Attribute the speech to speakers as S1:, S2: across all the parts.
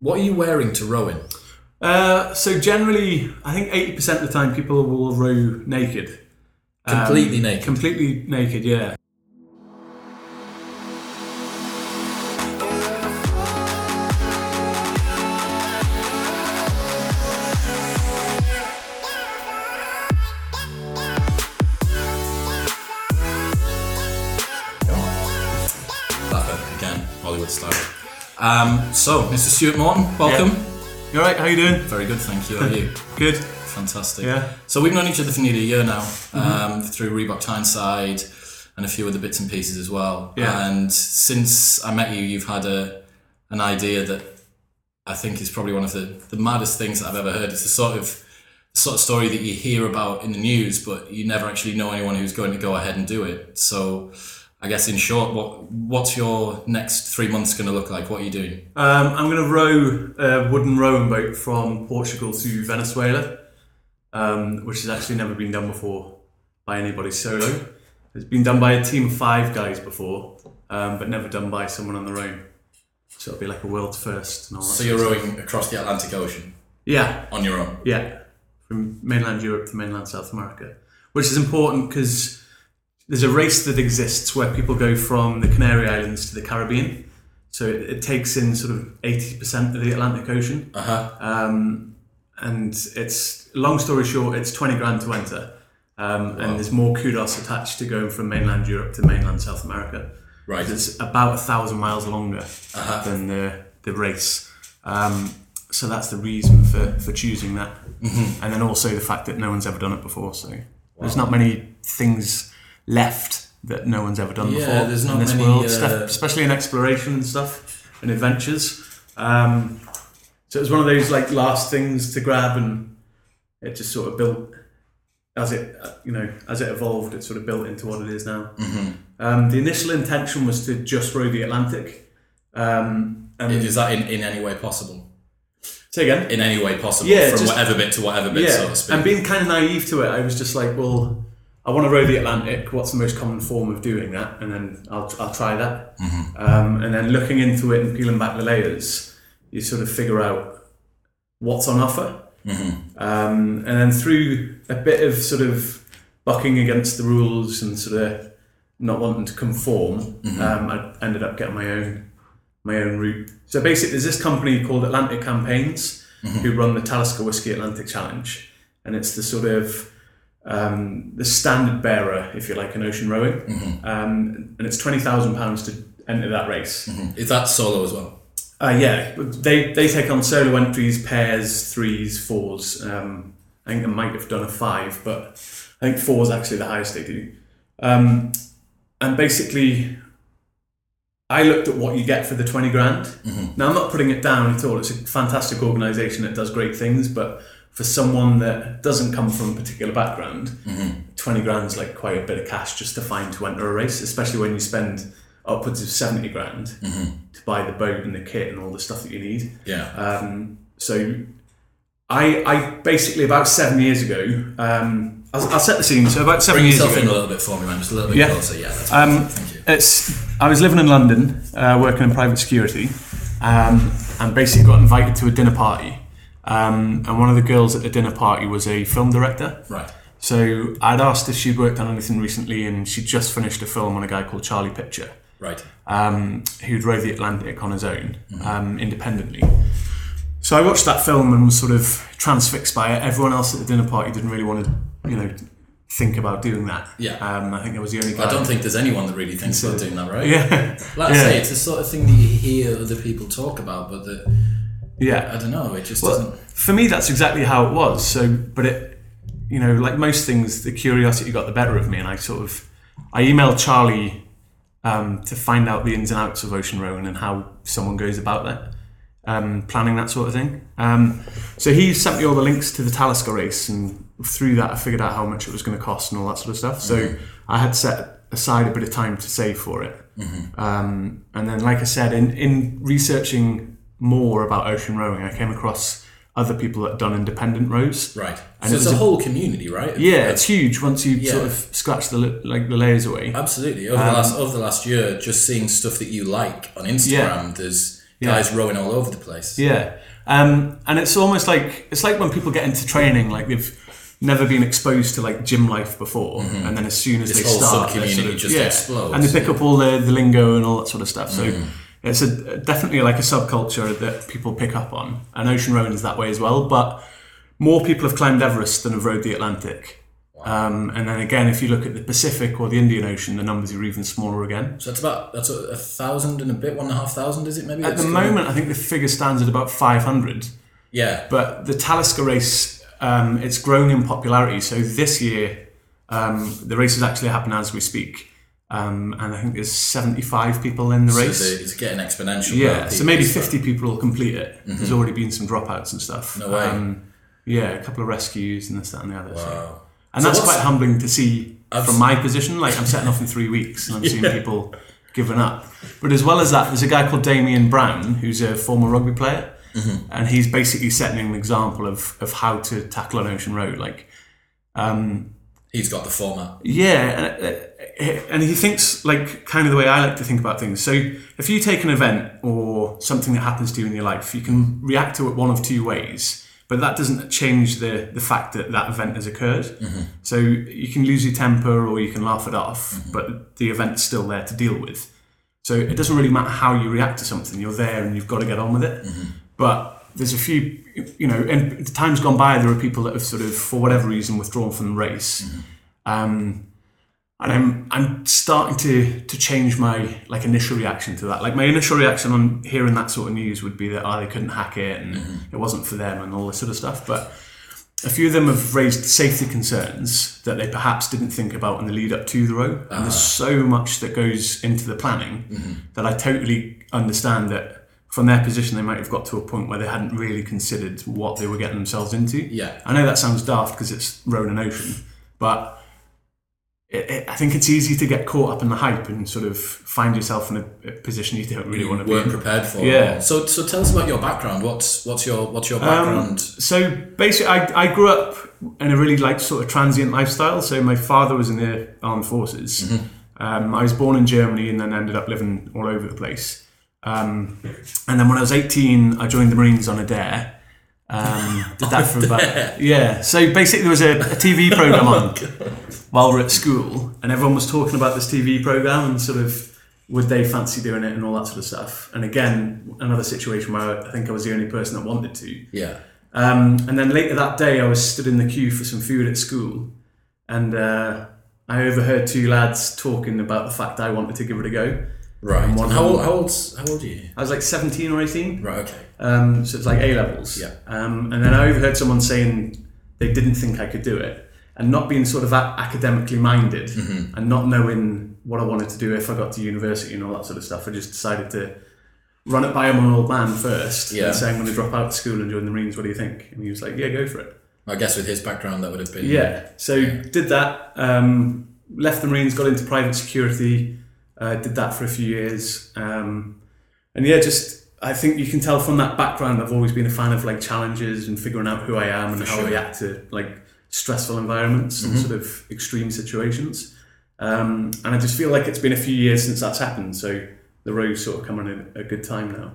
S1: What are you wearing to rowing?
S2: Uh, so generally, I think eighty percent of the time people will row naked,
S1: Completely naked.
S2: completely naked. Yeah.
S1: That Uh, again, Hollywood style. Um, so, Mr. Stuart Morton, welcome.
S2: You all right? How you doing?
S1: Very good, thank you. How are you?
S2: Good.
S1: Fantastic.
S2: Yeah. Mm-hmm.
S1: So we've known each other for nearly a year now um, through Reebok Tyneside and a few other bits and pieces as well.
S2: Yeah.
S1: And since I met you, you've had a an idea that I think is probably one of the, the maddest things that I've ever heard. It's the sort of the sort of story that you hear about in the news, but you never actually know anyone who's going to go ahead and do it. So. I guess in short, what what's your next three months going to look like? What are you doing?
S2: Um, I'm going to row a wooden rowing boat from Portugal to Venezuela, um, which has actually never been done before by anybody solo. It's been done by a team of five guys before, um, but never done by someone on their own. So it'll be like a world first and all that.
S1: So you're rowing across the Atlantic Ocean
S2: yeah,
S1: on your own.
S2: Yeah, from mainland Europe to mainland South America, which is important because there's a race that exists where people go from the Canary Islands to the Caribbean. So it, it takes in sort of 80% of the Atlantic Ocean.
S1: Uh huh.
S2: Um, and it's, long story short, it's 20 grand to enter. Um, And there's more kudos attached to going from mainland Europe to mainland South America.
S1: Right. Uh-huh.
S2: It's about a thousand miles longer than the, the race. Um, so that's the reason for, for choosing that.
S1: Mm-hmm.
S2: And then also the fact that no one's ever done it before. So there's not many things left that no one's ever done
S1: Yeah,
S2: before
S1: there's
S2: in
S1: not
S2: this
S1: many,
S2: world,
S1: uh,
S2: stuff- especially in exploration and stuff and adventures. Um, so it was one of those like last things to grab, and it just sort of built as it uh, you know as it evolved. It sort of built into what it is now. Um, the initial intention was to just row the Atlantic. Um, and
S1: Is that in, in any way possible?
S2: say again.
S1: In any way possible?
S2: Yeah,
S1: From
S2: just-
S1: whatever bit to whatever bit, so
S2: Yeah,
S1: to speak.
S2: and being kind of naive to it, I was just like, well, I want to row the Atlantic. What's the most common form of doing that? And then I'll, I'll try that. Um, and then looking into it and peeling back the layers, you sort of figure out what's on offer. Um, and then through a bit of sort of bucking against the rules and sort of not wanting to conform, um, I ended up getting my own my own route. So basically, there's this company called Atlantic Campaigns who run the Talisker Whiskey Atlantic Challenge, and it's the sort of um, the standard bearer, if you like, in ocean rowing, um, and it's twenty thousand pounds to enter that race.
S1: Is that solo as well?
S2: Uh, yeah, they they take on solo entries, pairs, threes, fours. Um, I think they might have done a five, but I think four is actually the highest they do. Um, and basically, I looked at what you get for the twenty grand. Now I'm not putting it down at all. It's a fantastic organisation that does great things, but for someone that doesn't come from a particular background, twenty grand is like quite a bit of cash just to find to enter a race, especially when you spend upwards of seventy grand to buy the boat and the kit and all the stuff that you need.
S1: Yeah.
S2: Um, so I, I basically about seven years ago, um, I'll, I'll set the scene. So about seven
S1: Bring
S2: years
S1: yourself
S2: ago,
S1: in a little bit for me, man. Just a little bit
S2: Yeah.
S1: closer. Yeah. That's
S2: um,
S1: perfect. Thank you.
S2: it's I was living in London, uh, working in private security, um, and basically got invited to a dinner party. Um, and one of the girls at the dinner party was a film director.
S1: Right.
S2: So I'd asked if she'd worked on anything recently, and she'd just finished a film on a guy called Charlie Pitcher
S1: Right.
S2: um, who'd rode the Atlantic on his own um, independently. So I watched that film and was sort of transfixed by it. Everyone else at the dinner party didn't really want to, you know, think about doing that.
S1: Yeah.
S2: Um, I think I was the only guy.
S1: I don't think there's anyone that really thinks about doing that, right?
S2: Yeah.
S1: Like I
S2: yeah.
S1: say, it's the sort of thing that you hear other people talk about, but that
S2: yeah.
S1: I don't know. It just
S2: Well,
S1: doesn't.
S2: for me, that's exactly how it was. So, but it, you know, like most things, the curiosity got the better of me, and I sort of, I emailed Charlie um, to find out the ins and outs of ocean rowing and how someone goes about that, um, planning that sort of thing. Um, so he sent me all the links to the Talisker race, and through that, I figured out how much it was going to cost and all that sort of stuff. So
S1: Mm-hmm.
S2: I had set aside a bit of time to save for it.
S1: Mm-hmm.
S2: Um, and then, like I said, in, in researching more about ocean rowing, I came across other people that had done independent rows.
S1: Right.
S2: And
S1: so
S2: it
S1: it's
S2: was
S1: a
S2: a-
S1: whole community, right?
S2: Yeah, it's huge once you sort
S1: Yeah.
S2: of scratch the li- like the layers away. Um,
S1: Absolutely. Over the last over the last year, just seeing stuff that you like on Instagram, there's
S2: Yeah.
S1: guys rowing all over the place.
S2: Yeah, um, and it's almost like it's like when people get into training, like they've never been exposed to like gym life before, and then as soon as
S1: Mm-hmm. This
S2: they
S1: whole
S2: start, they're
S1: sub-community
S2: sort of,
S1: just
S2: yeah,
S1: explodes, Mm-hmm.
S2: and they pick up all the, the lingo and all that sort of stuff. So it's a, definitely like a subculture that people pick up on, and ocean rowing is that way as well. But more people have climbed Everest than have rowed the Atlantic. Um, and then again, if you look at the Pacific or the Indian Ocean, the numbers are even smaller again.
S1: So that's about that's a, a thousand and a bit, one and a half thousand, is it maybe?
S2: At the moment, I think the figure stands at about 500.
S1: yeah,
S2: But the Talisker race, um, it's grown in popularity. So this year, um, the race is actually happening as we speak. Um, and I think there's 75 people in the race.
S1: So the- it's getting exponential.
S2: yeah,
S1: now, people.
S2: so
S1: Mm-hmm.
S2: maybe 50 people will complete it. There's already been some dropouts and stuff.
S1: No
S2: Um,
S1: way.
S2: yeah, a couple of rescues and this, that, and the other. So.
S1: Wow.
S2: And
S1: So
S2: that's
S1: what's-
S2: quite humbling to see from my position. Like, I'm setting off in three weeks and I'm seeing people giving up. But as well as that, there's a guy called Damien Brown who's a former rugby player.
S1: Mm-hmm.
S2: And he's basically setting an example of, of how to tackle an ocean road. Like,
S1: He's got the format.
S2: yeah, and, uh, and he thinks like kind of the way I like to think about things. So if you take an event or something that happens to you in your life, you can react to it one of two ways, but that doesn't change the the fact that that event has occurred. So you can lose your temper or you can laugh it off, but the event's still there to deal with. So it doesn't really matter how you react to something. You're there and you've got to get on with it. But there's a few, you know, and the time's gone by. There are people that have sort of, for whatever reason, withdrawn from the race. Um, and I'm I'm starting to to change my like initial reaction to that. Like my initial reaction on hearing that sort of news would be that oh they couldn't hack it and it wasn't for them and all this sort of stuff. But a few of them have raised safety concerns that they perhaps didn't think about in the lead up to the row. And there's so much that goes into the planning that I totally understand that from their position they might have got to a point where they hadn't really considered what they were getting themselves into.
S1: Yeah.
S2: I know that sounds daft because it's rowing an ocean, but it, it, I think it's easy to get caught up in the hype and sort of find yourself in a, a position you don't really want to be
S1: weren't
S2: in.
S1: prepared for.
S2: Yeah.
S1: So so tell us about your background. What's what's your what's your
S2: Um,
S1: background?
S2: so basically, I, I grew up in a really like sort of transient lifestyle. So my father was in the armed forces. Um, I was born in Germany and then ended up living all over the place. Um, and then when I was 18, I joined the Marines on a dare. Um, did that for about yeah. So basically, there was a, a TV program on while we are at school, and everyone was talking about this TV program and sort of would they fancy doing it and all that sort of stuff. And again, another situation where I think I was the only person that wanted to.
S1: yeah.
S2: Um, and then later that day, I was stood in the queue for some food at school, and uh, I overheard two lads talking about the fact I wanted to give it a go.
S1: Right.
S2: one
S1: how old
S2: more.
S1: how old how old are you?
S2: I was like 17 or 18,
S1: Right. Okay.
S2: um, so it's like A levels.
S1: Yeah.
S2: Um, and then I overheard someone saying they didn't think I could do it, and not being sort of a- academically minded,
S1: Mm-hmm.
S2: and not knowing what I wanted to do if I got to university and all that sort of stuff. I just decided to run it by my old man first
S1: Yeah.
S2: and say I'm going to drop out of school and join the Marines. What do you think? And he was like, Yeah, go for it.
S1: I guess with his background that would have been
S2: Yeah. So did that. Um, left the Marines, got into private security. Uh, did that for a few years. Um, and yeah, just I think you can tell from that background. I've always been a fan of like challenges and figuring out who I am and how
S1: sure.
S2: I react to like stressful environments and sort of extreme situations. Um, and I just feel like it's been a few years since that's happened. So the road's sort of coming in a good time now.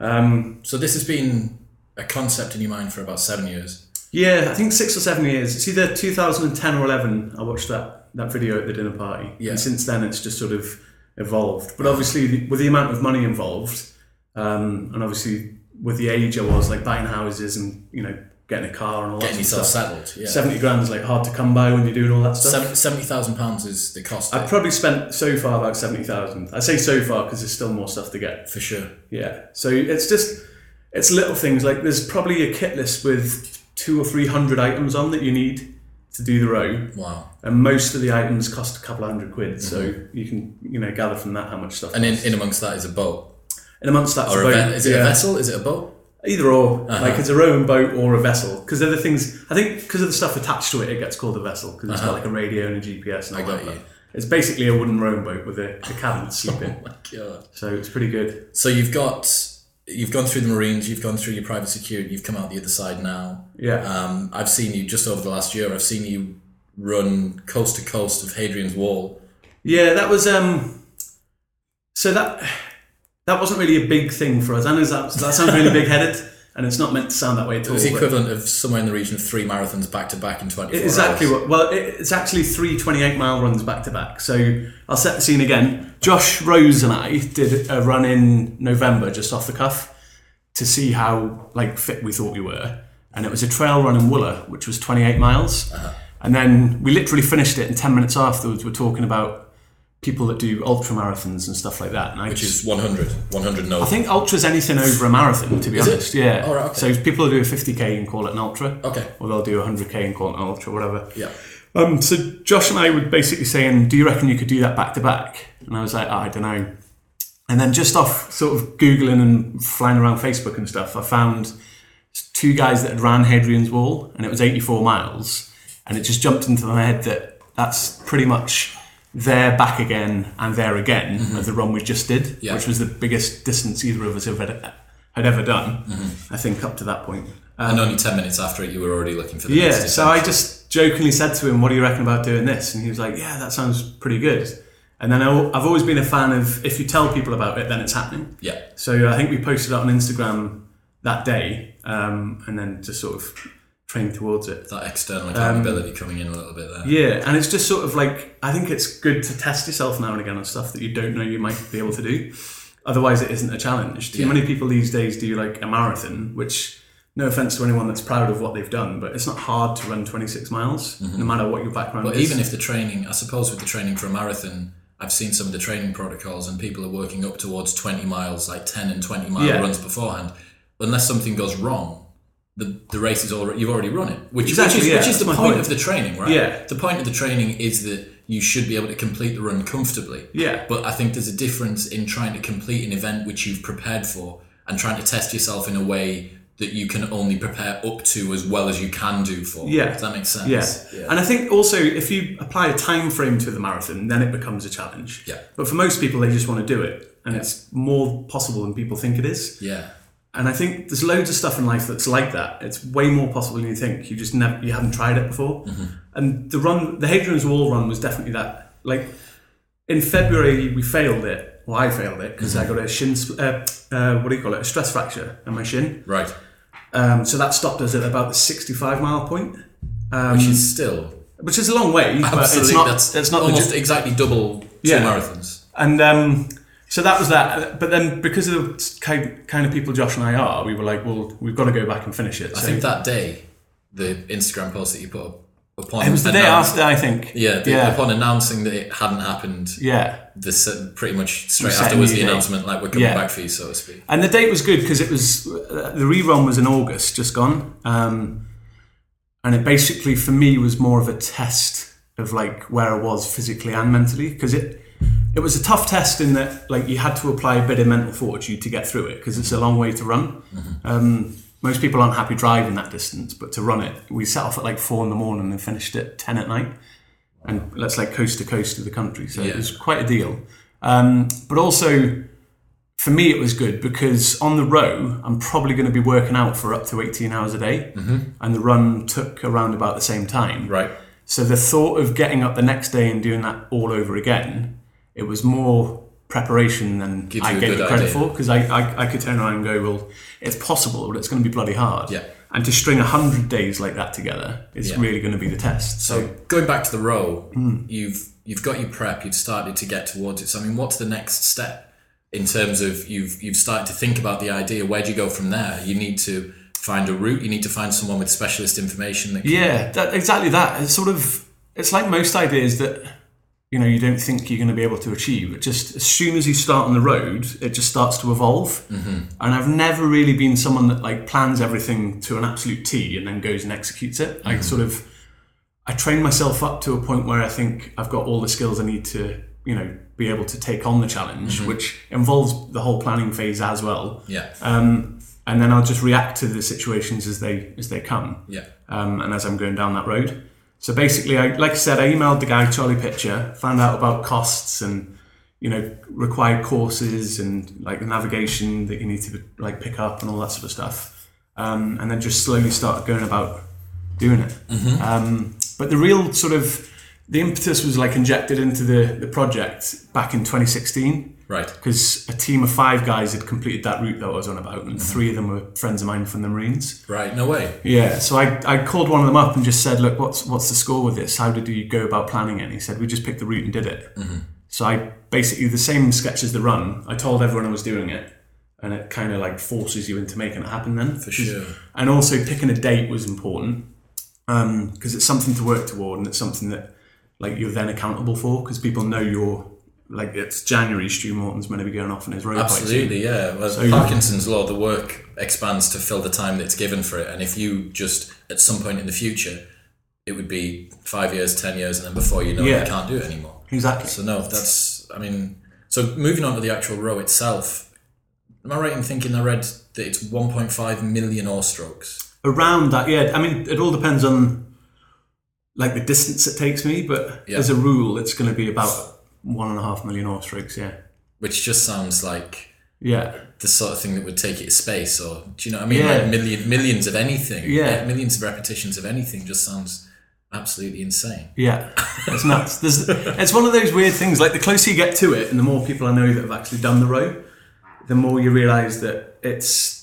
S2: Um,
S1: So this has been a concept in your mind for about seven years.
S2: Yeah, I think six or seven years. It's either 2010 or 11. I watched that that video at the dinner party,
S1: Yeah.
S2: and since then it's just sort of evolved. But obviously, the- with the amount of money involved, um, and obviously with the age I was, like buying houses and you know getting a car and all
S1: Getting
S2: that sort
S1: yourself
S2: of stuff.
S1: settled. Yeah.
S2: Seventy grand is like hard to come by when you're doing all that stuff.
S1: Seven- Seventy thousand pounds is the cost
S2: I've probably spent so far about seventy thousand. I say so far because there's still more stuff to get.
S1: for sure.
S2: Yeah. So it's just it's little things like there's probably a kit list with two or three hundred items on that you need to do the row,
S1: Wow.
S2: and most of the items cost a couple of hundred quid. So you can you know gather from that how much stuff.
S1: Mm-hmm. And in, in amongst that is a boat
S2: and amongst that,
S1: or a ve- is it a
S2: yeah,
S1: vessel? Uh-huh. Is it a boat?
S2: Either or, like it's a rowing boat or a vessel, because they're the things. I think because of the stuff attached to it, it gets called a vessel because it's got like a radio and a GPS and all
S1: Uh-huh. got
S2: that.
S1: you.
S2: But it's basically a wooden rowing boat with a, a cabin to sleep in,
S1: Oh My God.
S2: so it's pretty good.
S1: So you've got you've gone through the Marines, you've gone through your private security, you've come out the other side now.
S2: Yeah.
S1: Um, I've seen you just over the last year. I've seen you run coast to coast of Hadrian's Wall.
S2: Yeah, that was um. So that that wasn't really a big thing for us. I know that, that sounds really big headed, and it's not meant to sound that way at
S1: It
S2: all.
S1: was the
S2: but-
S1: equivalent of somewhere in the region of three marathons back to back in 24
S2: Exactly.
S1: hours.
S2: What, well, it, it's actually three 28 mile runs back to back. So I'll set the scene again. Josh Rose and I did a run in November just off the cuff to see how like fit we thought we were, and it was a trail run in Wooler, which was 28 miles,
S1: Uh-huh.
S2: and then we literally finished it. And 10 minutes afterwards, we're talking about people that do ultra marathons and stuff like that. And I
S1: Which
S2: just-
S1: is 100, 100 no.
S2: I think ultra's anything over a marathon, to be
S1: it?
S2: honest. Yeah.
S1: All right, okay.
S2: So people do a 50k and call it an ultra.
S1: Okay.
S2: Or they'll do a 100k and call it an ultra, whatever.
S1: Yeah.
S2: Um, so Josh and I were basically saying, "Do you reckon you could do that back to back?" And I was like, "I don't know." And then just off sort of googling and flying around Facebook and stuff, I found two guys that had ran Hadrian's Wall, and it was 84 miles, and it just jumped into my head that that's pretty much there, back again, and there again of the run we just did,
S1: Mm-hmm. Yeah.
S2: which was the biggest distance either of us have had, had ever done,
S1: Mm-hmm.
S2: I think, up to that point.
S1: and only 10 minutes after it, you were already looking for the
S2: Um, Yeah,
S1: next
S2: so I just jokingly said to him, "What do you reckon about doing this?" And he was like, "Yeah, that sounds pretty good." And then I, have always been a fan of if you tell people about it, then it's happening.
S1: Yeah.
S2: So I think we posted it on Instagram that day, um, and then just sort of trained towards it.
S1: That external accountability coming in a little bit there.
S2: Yeah, and it's just sort of like I think it's good to test yourself now and again on stuff that you don't know you might be able to do. Otherwise, it isn't a challenge. Too
S1: Yeah.
S2: many people these days do like a marathon, which no offense to anyone that's proud of what they've done, but it's not hard to run 26 miles, no matter what your background
S1: But
S2: is.
S1: Mm-hmm. even if the training, I suppose with the training for a marathon, I've seen some of the training protocols and people are working up towards 20 miles, like 10 and 20 mile
S2: Yeah.
S1: runs beforehand. Unless something goes wrong, the, the race is already, you've already run it, which,
S2: Exactly,
S1: which is,
S2: yeah,
S1: which is the
S2: that's my
S1: point,
S2: point.
S1: of the training, right?
S2: Yeah.
S1: The point of the training is that you should be able to complete the run comfortably.
S2: Yeah.
S1: But I think there's a difference in trying to complete an event which you've prepared for and trying to test yourself in a way that you can only prepare up to as well as you can do for.
S2: Yeah.
S1: Does that make sense?
S2: Yeah. And I think also if you apply a time frame to the marathon, then it becomes a challenge.
S1: Yeah.
S2: But for most people, they just want to do it, and it's more possible than people think it is.
S1: Yeah.
S2: And I think there's loads of stuff in life that's like that. It's way more possible than you think. You just never, you haven't tried it before.
S1: Mm-hmm.
S2: And the run, the Hadrian's Wall run, was definitely that. Like in February, we failed it. Well, I failed it because
S1: Mm-hmm.
S2: I got a shin, spl- uh, uh, what do you call it, a stress fracture in my shin.
S1: Right.
S2: Um, so that stopped us at about the 65 mile point,
S1: which is still
S2: which is a long way, Um, but
S1: absolutely
S2: it's not.
S1: that's
S2: it's not the
S1: almost exactly double two
S2: Yeah.
S1: marathons.
S2: And um, so that was that. But then because of the ki- kind of people Josh and I are, we were like, well, we've got to go back and finish it.
S1: I think that day, the Instagram post that you put up upon
S2: it was the day after, I think.
S1: Yeah, the,
S2: yeah,
S1: upon announcing that it hadn't happened,
S2: yeah.
S1: the se- pretty much straight
S2: set a
S1: after was
S2: new
S1: the
S2: date.
S1: announcement like we're coming
S2: Yeah.
S1: back for you, so to speak.
S2: And the date was good because it was uh, the rerun was in August, just gone. Um, and it basically for me was more of a test of like where I was physically and mentally because it it was a tough test in that like you had to apply a bit of mental fortitude to get through it because it's a long way to run. Um, most people aren't happy driving that distance, but to run it, we set off at like four in the morning and finished at ten at night, and that's like coast to coast of the country. So
S1: Yeah.
S2: it was quite a deal. Um, but also, for me, it was good because on the row, I'm probably going to be working out for up to 18 hours a day, and the run took around about the same time.
S1: Right.
S2: So the thought of getting up the next day and doing that all over again, it was more preparation than
S1: Gives you
S2: I
S1: a
S2: gave
S1: good
S2: it credit
S1: idea.
S2: for because I, I, I could turn around and go, well, it's possible, but it's going to be bloody hard.
S1: Yeah.
S2: And to string 100 days like that together is really going to be the test. So,
S1: So going back to the row,
S2: Hmm.
S1: you've you've got your prep, you've started to get towards it. So I mean, what's the next step in terms of you've you've started to think about the idea? Where do you go from there? You need to find a route. You need to find someone with specialist information that can
S2: yeah, that, exactly that. It's sort of, it's like most ideas that, you know, you don't think you're going to be able to achieve. It just, as soon as you start on the road, it just starts to evolve. And I've never really been someone that like plans everything to an absolute T and then goes and executes it. I sort of, I train myself up to a point where I think I've got all the skills I need to, you know, be able to take on the challenge, which involves the whole planning phase as well.
S1: yeah.
S2: Um, and then I'll just react to the situations as they as they come
S1: Yeah.
S2: um, and as I'm going down that road. So basically, I, like I said, I emailed the guy Charlie Pitcher, found out about costs and you know required courses and like the navigation that you need to like pick up and all that sort of stuff, um, and then just slowly start going about doing it. Um, but the real sort of the impetus was like injected into the the project back in 2016
S1: Right.
S2: Because a team of five guys had completed that route that I was on about, and three of them were friends of mine from the Marines.
S1: Right. No way.
S2: Yeah, so I, I called one of them up and just said, look, what's what's the score with this? How did you go about planning it? And he said, we just picked the route and did it.
S1: Mm-hmm.
S2: So I basically the same sketch as the run. I told everyone I was doing it, and it kind of like forces you into making it happen then. For
S1: sure.
S2: And also picking a date was important because it's something to work toward, and it's something that like you're then accountable for because people know you're like it's January. Stu Morton's going to be going off on his road bike soon.
S1: Absolutely, yeah. Well, Parkinson's law, the work expands to fill the time that's given for it. And if you just, at some point in the future, it would be five years, ten years, and then before you know it,
S2: Yeah.
S1: you can't do it anymore.
S2: Exactly.
S1: So, no, that's, I mean, so moving on to the actual row itself, am I right in thinking I read that it's 1.5 million oar strokes?
S2: around that yeah i mean it all depends on like the distance it takes me but
S1: Yeah.
S2: as a rule it's going to be about one and a half million horse strokes yeah
S1: Which just sounds like
S2: yeah
S1: the sort of thing that would take it to space, or do you know what I mean?
S2: Yeah.
S1: Like million, millions of anything.
S2: Yeah.
S1: Millions of repetitions of anything just sounds absolutely insane.
S2: yeah it's nuts There's, it's one of those weird things like the closer you get to it and the more people i know that have actually done the row the more you realize that it's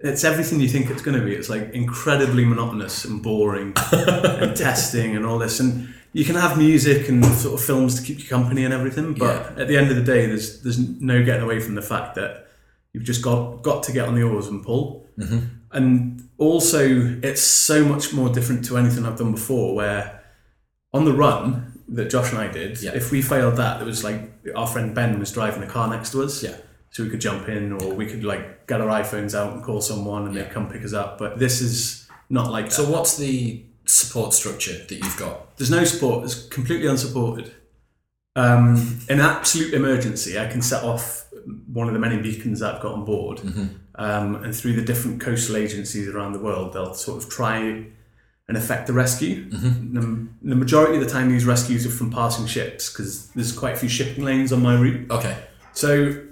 S2: it's everything you think it's going to be it's like incredibly monotonous and boring and testing and all this and you can have music and sort of films to keep you company and everything but at the end of the day there's there's no getting away from the fact that you've just got got to get on the oars and pull and also it's so much more different to anything i've done before where on the run that josh and i did
S1: Yeah.
S2: if we failed that it was like our friend ben was driving a car next to us
S1: Yeah.
S2: so we could jump in or we could like get our iphones out and call someone and
S1: Yeah.
S2: they'd come pick us up but this is not like that.
S1: So what's the support structure that you've got?
S2: There's no support. It's completely unsupported. Um, in absolute emergency, I can set off one of the many beacons that I've got on board, um, and through the different coastal agencies around the world, they'll sort of try and affect the rescue. The, the majority of the time, these rescues are from passing ships because there's quite a few shipping lanes on my route.
S1: Okay.
S2: So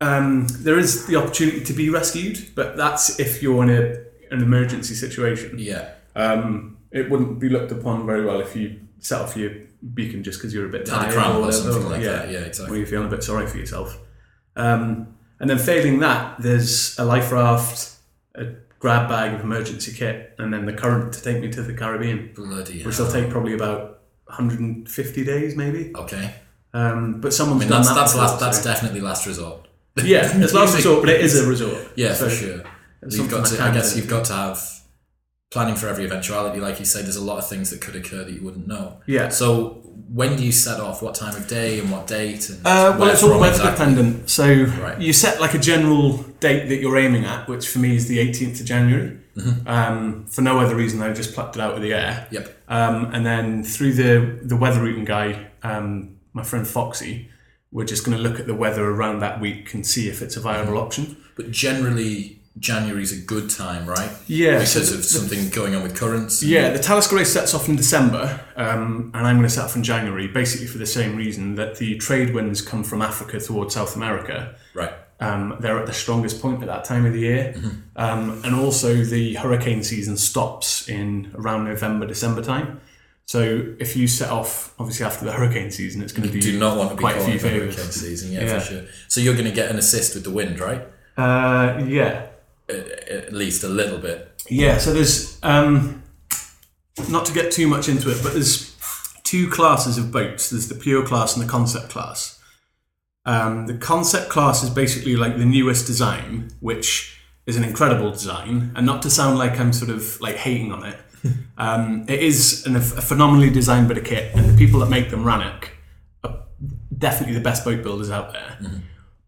S2: um, there is the opportunity to be rescued, but that's if you're in a, an emergency situation
S1: Yeah.
S2: um, it wouldn't be looked upon very well if you set off your beacon just because you're a bit
S1: Had a
S2: tired
S1: cramp or
S2: whatever,
S1: something like that, yeah, exactly.
S2: Or you're feeling a bit sorry for yourself. Um, and then failing that, there's a life raft, a grab bag of emergency kit, and then the current to take me to the Caribbean,
S1: Bloody
S2: which
S1: hell.
S2: will take probably about 150 days, maybe.
S1: Okay.
S2: Um, but someone's
S1: I mean,
S2: done
S1: that's
S2: that.
S1: that's
S2: before,
S1: last, that's
S2: so-
S1: definitely last resort.
S2: yeah, it's
S1: Usually-
S2: last resort, but it is a resort.
S1: Yeah,
S2: So
S1: for sure.
S2: it's
S1: You've got
S2: something
S1: to. I
S2: can
S1: guess
S2: do.
S1: you've got to have planning for every eventuality. Like you say, there's a lot of things that could occur that you wouldn't know.
S2: Yeah.
S1: So when do you set off? What time of day and what date? And
S2: Uh, well,
S1: where
S2: it's all
S1: from
S2: weather
S1: exactly?
S2: dependent. So
S1: Right.
S2: you set like a general date that you're aiming at, which for me is the 18th of January. Um, for no other reason, I just plucked it out of the air.
S1: Yep.
S2: Um, and then through the the weather routing guy, um, my friend Foxy, we're just going to look at the weather around that week and see if it's a viable option.
S1: But generally, January's a good time, right?
S2: Yeah,
S1: Because
S2: so the-
S1: of something going on with currents.
S2: Yeah, the Talisker race sets off in December, um, and I'm going to set off in January, basically for the same reason that the trade winds come from Africa towards South America.
S1: Right.
S2: Um, they're at the strongest point at that time of the year.
S1: Mm-hmm.
S2: Um, and also, the hurricane season stops in around November, December time. So, if you set off, obviously, after the hurricane season, it's going to be
S1: Do not want to be
S2: quite
S1: caught
S2: a few
S1: in the
S2: favours.
S1: hurricane season. yeah,
S2: Yeah.
S1: for sure. So you're going to get an assist with the wind, right?
S2: Uh, yeah.
S1: at least a little bit.
S2: Yeah, so there's, um, not to get too much into it, but there's two classes of boats there's the pure class and the concept class. Um, the concept class is basically like the newest design, which is an incredible design. And not to sound like I'm sort of like hating on it, um, it is an, a phenomenally designed bit of kit, and the people that make them Rannoch are definitely the best boat builders out there.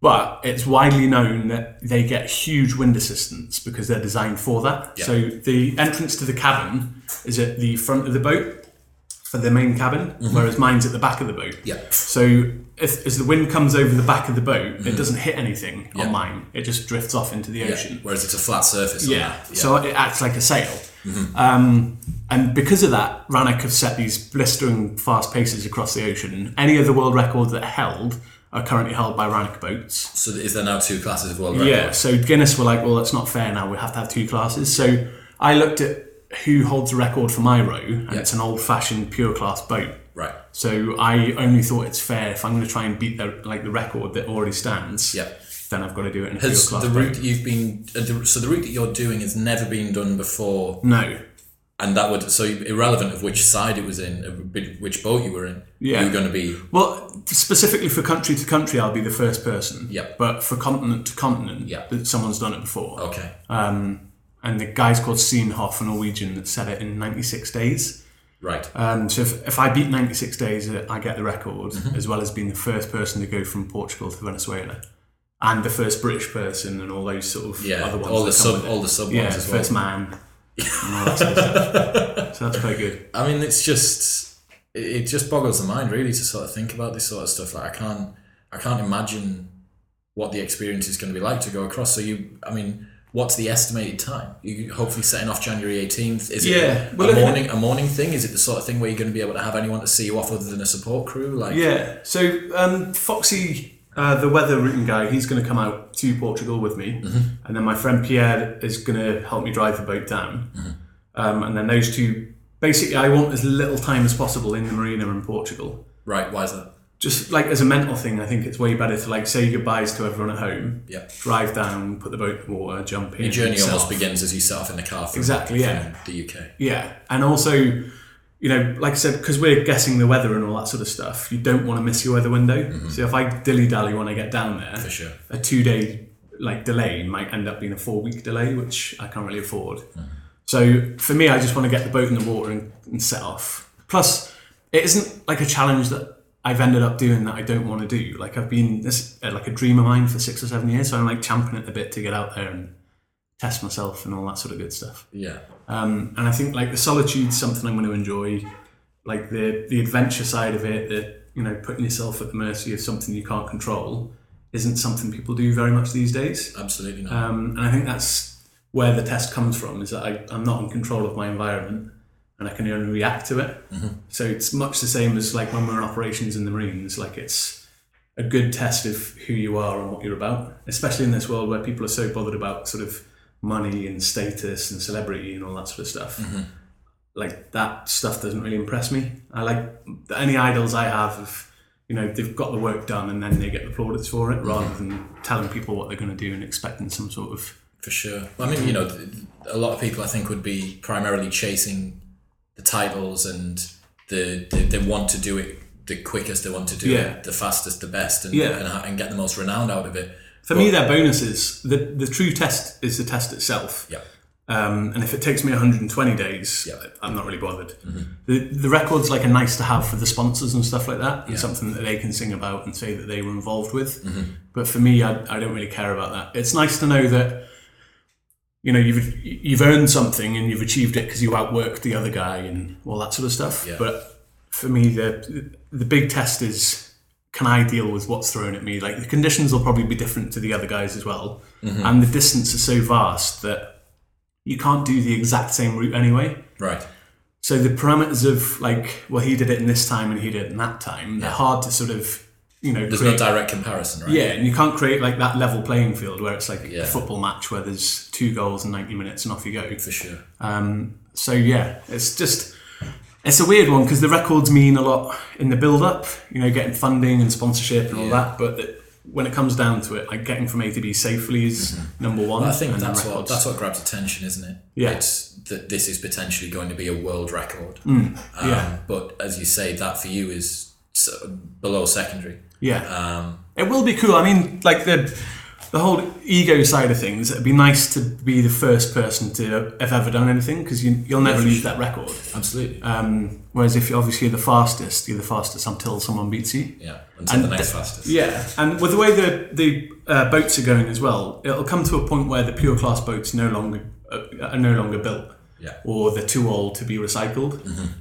S2: But it's widely known that they get huge wind assistance because they're designed for that. So the entrance to the cabin is at the front of the boat for the main cabin, whereas mine's at the back of the boat.
S1: Yeah.
S2: So if, as the wind comes over the back of the boat, it doesn't hit anything on mine. It just drifts off into the ocean.
S1: Whereas it's a flat surface. on
S2: Yeah.
S1: that.
S2: So it acts like a sail. Um, and because of that, Rannoch have set these blistering fast paces across the ocean. Any of the world records that are held are currently held by Rannoch boats.
S1: So is there now two classes of world
S2: Yeah.
S1: records?
S2: So Guinness were like, well, that's not fair now. We have to have two classes. So I looked at who holds the record for my row, and it's an old fashioned pure class boat.
S1: Right.
S2: So I only thought it's fair if I'm going to try and beat the like the record that already stands.
S1: Yeah.
S2: Then I've got to do it in a
S1: Has
S2: field class.
S1: the
S2: break.
S1: route that you've been uh, the- so the route that you're doing has never been done before,
S2: No.
S1: and that would so irrelevant of which side it was in, of bi- which boat you were in.
S2: Yeah.
S1: You're going to be
S2: Well, specifically for country to country, I'll be the first person.
S1: Yep.
S2: But for continent to continent,
S1: Yeah. Oh.
S2: that someone's done it before.
S1: okay.
S2: Um, and the guy's called Seenhoff, a Norwegian, that said it in 96 days.
S1: Right.
S2: Um, so if, if I beat 96 days, uh, I get the record,
S1: Mm-hmm.
S2: as well as being the first person to go from Portugal to Venezuela. And the first British person and all those sort of
S1: Yeah.
S2: other ones.
S1: All the
S2: that come
S1: sub
S2: with it.
S1: all the sub
S2: Yeah,
S1: ones as well.
S2: first man. and all that sort of stuff. so that's quite good.
S1: I mean, it's just it it just boggles the mind really to sort of think about this sort of stuff. Like I can't I can't imagine what the experience is going to be like to go across. So you, I mean, what's the estimated time? You hopefully setting off January eighteenth. Is
S2: Yeah,
S1: it
S2: well,
S1: a
S2: if it-
S1: morning a morning thing? Is it the sort of thing where you're going to be able to have anyone to see you off other than a support crew? Like
S2: Yeah. So um, Foxy, uh, the weather routing guy, he's going to come out to Portugal with me, and then my friend Pierre is going to help me drive the boat down. Um, and then those two, basically, I want as little time as possible in the marina in Portugal.
S1: right, why is that?
S2: Just like as a mental thing, I think it's way better to like say goodbyes to everyone at home,
S1: Yeah,
S2: drive down, put the boat in the water, jump in.
S1: your journey
S2: yourself.
S1: almost begins as you set off in the car from,
S2: Exactly,
S1: from
S2: yeah.
S1: the UK.
S2: Yeah, and also, you know, like I said, because we're guessing the weather and all that sort of stuff, you don't want to miss your weather window. So if I dilly dally when I get down there,
S1: Mm-hmm. For sure.
S2: a two day like delay might end up being a four week delay, which I can't really afford.
S1: Mm-hmm.
S2: So for me, I just want to get the boat in the water and, and set off. Plus, it isn't like a challenge that I've ended up doing that I don't want to do. Like I've been this uh, like a dream of mine for six or seven years, so I'm like champing at the bit to get out there and test myself and all that sort of good stuff.
S1: Yeah,
S2: Um, and I think like the solitude's something I'm going to enjoy, like the the adventure side of it. The you know putting yourself at the mercy of something you can't control isn't something people do very much these days.
S1: absolutely not.
S2: Um, and I think that's where the test comes from is that I, I'm not in control of my environment and I can only react to it. So it's much the same as like when we're in operations in the Marines. Like it's a good test of who you are and what you're about, especially in this world where people are so bothered about sort of money and status and celebrity and all that sort of stuff. Like that stuff doesn't really impress me. I like any idols I have of you know they've got the work done and then they get the plaudits for it rather than telling people what they're going to do and expecting some sort of
S1: For sure. I mean, you know, th- a lot of people I think would be primarily chasing the titles and the, the they want to do it the quickest, they want to do
S2: Yeah.
S1: it the fastest, the best, and,
S2: Yeah.
S1: and ha- and get the most renowned out of it.
S2: For me, they're bonuses. The the true test is the test itself.
S1: Yeah.
S2: Um, and if it takes me 120 days,
S1: Yeah. Mm-hmm.
S2: I'm not really bothered. The the record's like a nice to have for the sponsors and stuff like that, and something that they can sing about and say that they were involved with.
S1: Mm-hmm.
S2: But for me, I, I don't really care about that. It's nice to know that you know you've you've earned something and you've achieved it because you outworked the other guy and all that sort of stuff.
S1: Yeah.
S2: But for me, the the big test is can I deal with what's thrown at me? Like the conditions will probably be different to the other guys as well,
S1: Mm-hmm.
S2: and the distance is so vast that you can't do the exact same route anyway.
S1: Right.
S2: So the parameters of like, well, he did it in this time and he did it in that time. They're hard to sort of, you know,
S1: There's no
S2: create.
S1: direct comparison, right?
S2: yeah, and you can't create like that level playing field where it's like
S1: Yeah.
S2: a football match where there's two goals in 90 minutes and off you go.
S1: For sure.
S2: Um, so yeah, it's just it's a weird one because the records mean a lot in the build up, you know, getting funding and sponsorship and all that. But it, when it comes down to it, like getting from A to B safely is number one.
S1: Mm-hmm. I think
S2: and then
S1: that's what
S2: records.
S1: that's what grabs attention, isn't it?
S2: Yeah.
S1: It's that this is potentially going to be a world record. Um,
S2: Mm. yeah.
S1: But as you say, that for you is so below secondary.
S2: yeah.
S1: Um,
S2: It will be cool. I mean, like the the whole ego side of things. It'd be nice to be the first person to have ever done anything because you, you'll never
S1: for
S2: lose that record.
S1: absolutely.
S2: Um, whereas if you're obviously the fastest, you're the fastest until someone beats you.
S1: yeah. Until the next fastest.
S2: Yeah, and with the way the the uh, boats are going as well, it'll come to a point where the pure class boats no longer uh, are no longer built,
S1: Yeah.
S2: or they're too old to be recycled.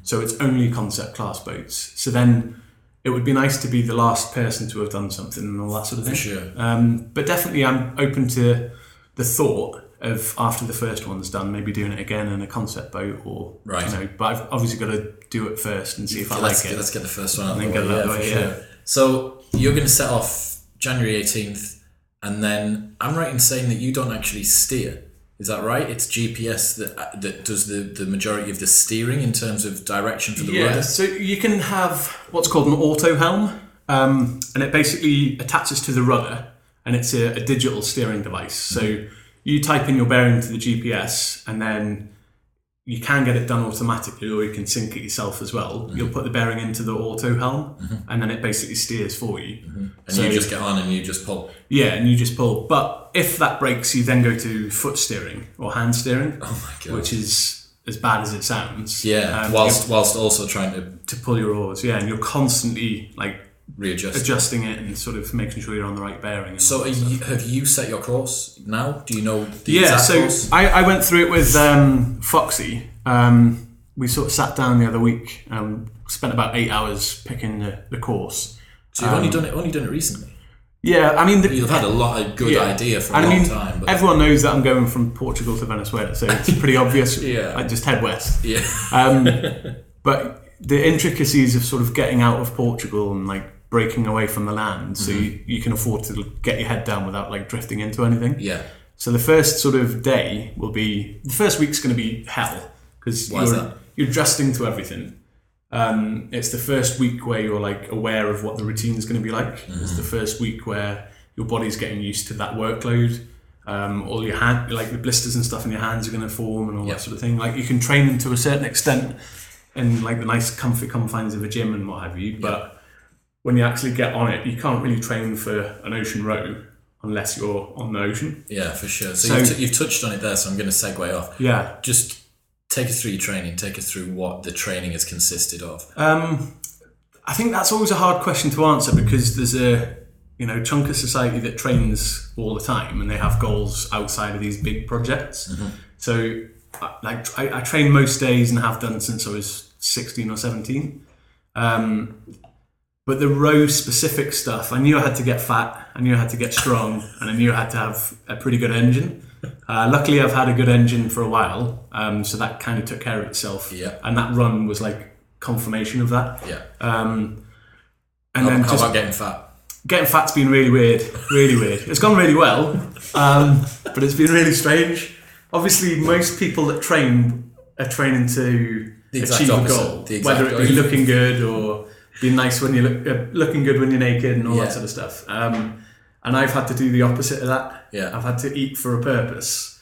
S2: So it's only concept class boats. So then it would be nice to be the last person to have done something and all that sort of thing.
S1: For sure.
S2: Um, but definitely, I'm open to the thought of after the first one's done, maybe doing it again in a concept boat or
S1: Right.
S2: You know, but I've obviously got to do it first and see if I
S1: let's,
S2: like
S1: get,
S2: it.
S1: let's get the first one out
S2: And
S1: of
S2: then
S1: the
S2: get
S1: way.
S2: it
S1: Yeah,
S2: out of the
S1: for
S2: way,
S1: sure.
S2: yeah.
S1: So you're going to set off January 18th, and then I'm right in saying that you don't actually steer. Is Is that right? It's GPS that uh, that does the, the majority of the steering in terms of direction for the
S2: yeah,
S1: rudder.
S2: so you can have what's called an auto helm, um, and it basically attaches to the rudder, and it's a, a digital steering device. So
S1: Mm-hmm.
S2: you type in your bearing to the GPS, and then you can get it done automatically, or you can sync it yourself as well.
S1: Mm-hmm.
S2: You'll put the bearing into the auto helm, and then it basically steers for you.
S1: Mm-hmm. And you just get on and you just pull.
S2: Yeah, and you just pull. But if that breaks, you then go to foot steering or hand steering,
S1: Oh my god.
S2: which is as bad as it sounds.
S1: yeah,
S2: Um,
S1: whilst whilst also trying to
S2: to pull your oars. Yeah, and you're constantly like
S1: readjust.
S2: adjusting it and sort of making sure you're on the right bearing. And
S1: So are you, have you set your course now? Do you know the
S2: yeah,
S1: exact
S2: so
S1: course?
S2: I, I went through it with um, Foxy. Um, we sort of sat down the other week and spent about eight hours picking the, the course.
S1: So you've only
S2: um,
S1: done it only done it recently.
S2: Yeah, I mean, the,
S1: You've had a lot of good
S2: Yeah.
S1: idea for a
S2: I
S1: long
S2: mean,
S1: time, but
S2: everyone knows that I'm going from Portugal to Venezuela, so it's pretty obvious.
S1: Yeah.
S2: I just head west.
S1: yeah,
S2: Um, but the intricacies of sort of getting out of Portugal and like breaking away from the land, so
S1: Mm-hmm.
S2: you, you can afford to get your head down without like drifting into anything.
S1: yeah.
S2: So the first sort of day will be the first week's going to be hell because
S1: Why
S2: you're,
S1: is that?
S2: you're adjusting to everything. Um, it's the first week where you're like aware of what the routine is going to be like.
S1: Mm-hmm.
S2: It's the first week where your body's getting used to that workload. Um, all your hand, like the blisters and stuff in your hands, are going to form and all
S1: Yep.
S2: that sort of thing. Like you can train them to a certain extent in like the nice comfy confines of a gym and what have you, but when you actually get on it, you can't really train for an ocean row unless you're on the ocean.
S1: Yeah, for sure. So,
S2: So-
S1: you've, t- you've touched on it there, so I'm going to segue off.
S2: Yeah.
S1: Just take us through your training. Take us through what the training has consisted of.
S2: Um, I think that's always a hard question to answer because there's a you know chunk of society that trains all the time and they have goals outside of these big projects. So I- like I, I train most days and have done since I was 16 or 17. Um, but the row specific stuff, I knew I had to get fat, I knew I had to get strong, and I knew I had to have a pretty good engine. Uh, luckily, I've had a good engine for a while, um, so that kind of took care of itself.
S1: Yeah.
S2: And that run was like confirmation of that.
S1: Yeah.
S2: Um, and
S1: How-
S2: then
S1: how
S2: just
S1: about getting fat?
S2: getting fat's been really weird, really weird. It's gone really well, um, but it's been really strange. Obviously, most people that train are training to
S1: The exact
S2: achieve
S1: opposite,
S2: a goal,
S1: the exact
S2: whether it be
S1: opposite.
S2: looking good or being nice when you're look, uh, looking good when you're naked and all
S1: Yeah.
S2: that sort of stuff. Um, and I've had to do the opposite of that.
S1: Yeah.
S2: I've had to eat for a purpose,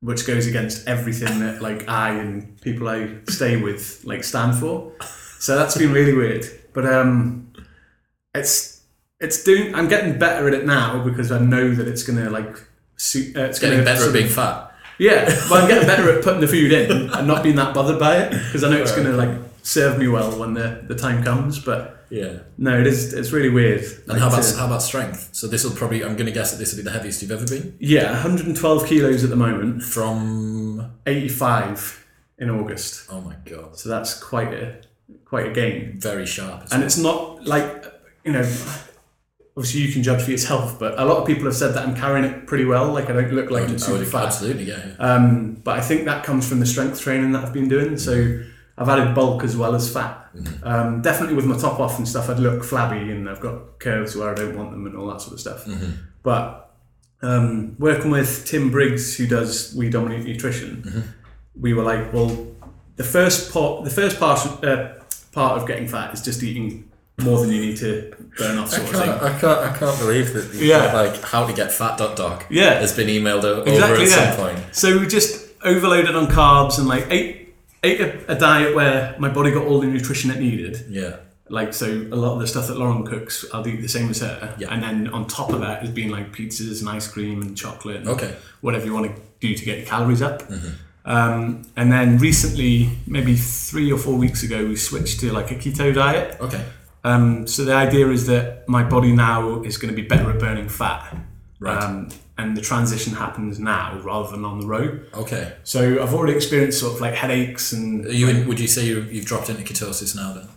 S2: which goes against everything that like I and people I stay with like stand for. So that's been really weird. But um, it's it's doing. I'm getting better at it now because I know that it's gonna like suit. Uh, it's
S1: Getting
S2: gonna
S1: better
S2: sort
S1: at
S2: of-
S1: being fat.
S2: yeah, well, I'm getting better at putting the food in and not being that bothered by it because I know it's gonna like serve me well when the the time comes. But
S1: Yeah.
S2: no, it is. It's really weird.
S1: And how about how about strength? So this will probably I'm going to guess that this will be the heaviest you've ever been
S2: yeah, 112 kilos at the moment,
S1: from.
S2: 85 in August.
S1: Oh my god,
S2: So that's quite a quite a gain.
S1: very sharp.
S2: And it's not like you know, obviously you can judge for yourself, but a lot of people have said that I'm carrying it pretty well. Like I don't look like I'm
S1: I
S2: super
S1: would
S2: fat.
S1: absolutely yeah. yeah.
S2: Um, but I think that comes from the strength training that I've been doing. So I've added bulk as well as fat. Um, definitely with my top off and stuff, I'd look flabby and I've got curves where I don't want them and all that sort of stuff. But um, working with Tim Briggs, who does We Dominate Nutrition, we were like, well, the first part, the first part, uh, part of getting fat is just eating more than you need to burn off, sort of thing.
S1: I can't, I can't believe that. the-
S2: Yeah.
S1: Like how to get fat dot doc.
S2: Yeah.
S1: Has been emailed o- over
S2: Exactly,
S1: at
S2: yeah.
S1: some point.
S2: So we just overloaded on carbs and like ate ate a, a diet where my body got all the nutrition it needed.
S1: Yeah.
S2: Like so, a lot of the stuff that Lauren cooks, I'll eat the same as her.
S1: Yeah.
S2: And then on top of that has been like pizzas and ice cream and chocolate. And
S1: Okay. Mm-hmm.
S2: Whatever you want to do to get your calories up. Um, and then recently, maybe three or four weeks ago, we switched to like a keto diet.
S1: Okay.
S2: Um, so the idea is that my body now is going to be better at burning fat.
S1: Right.
S2: Um, and the transition happens now rather than on the road.
S1: Okay.
S2: So I've already experienced sort of like headaches
S1: Are
S2: and
S1: you in, would you say you you've dropped into ketosis now then?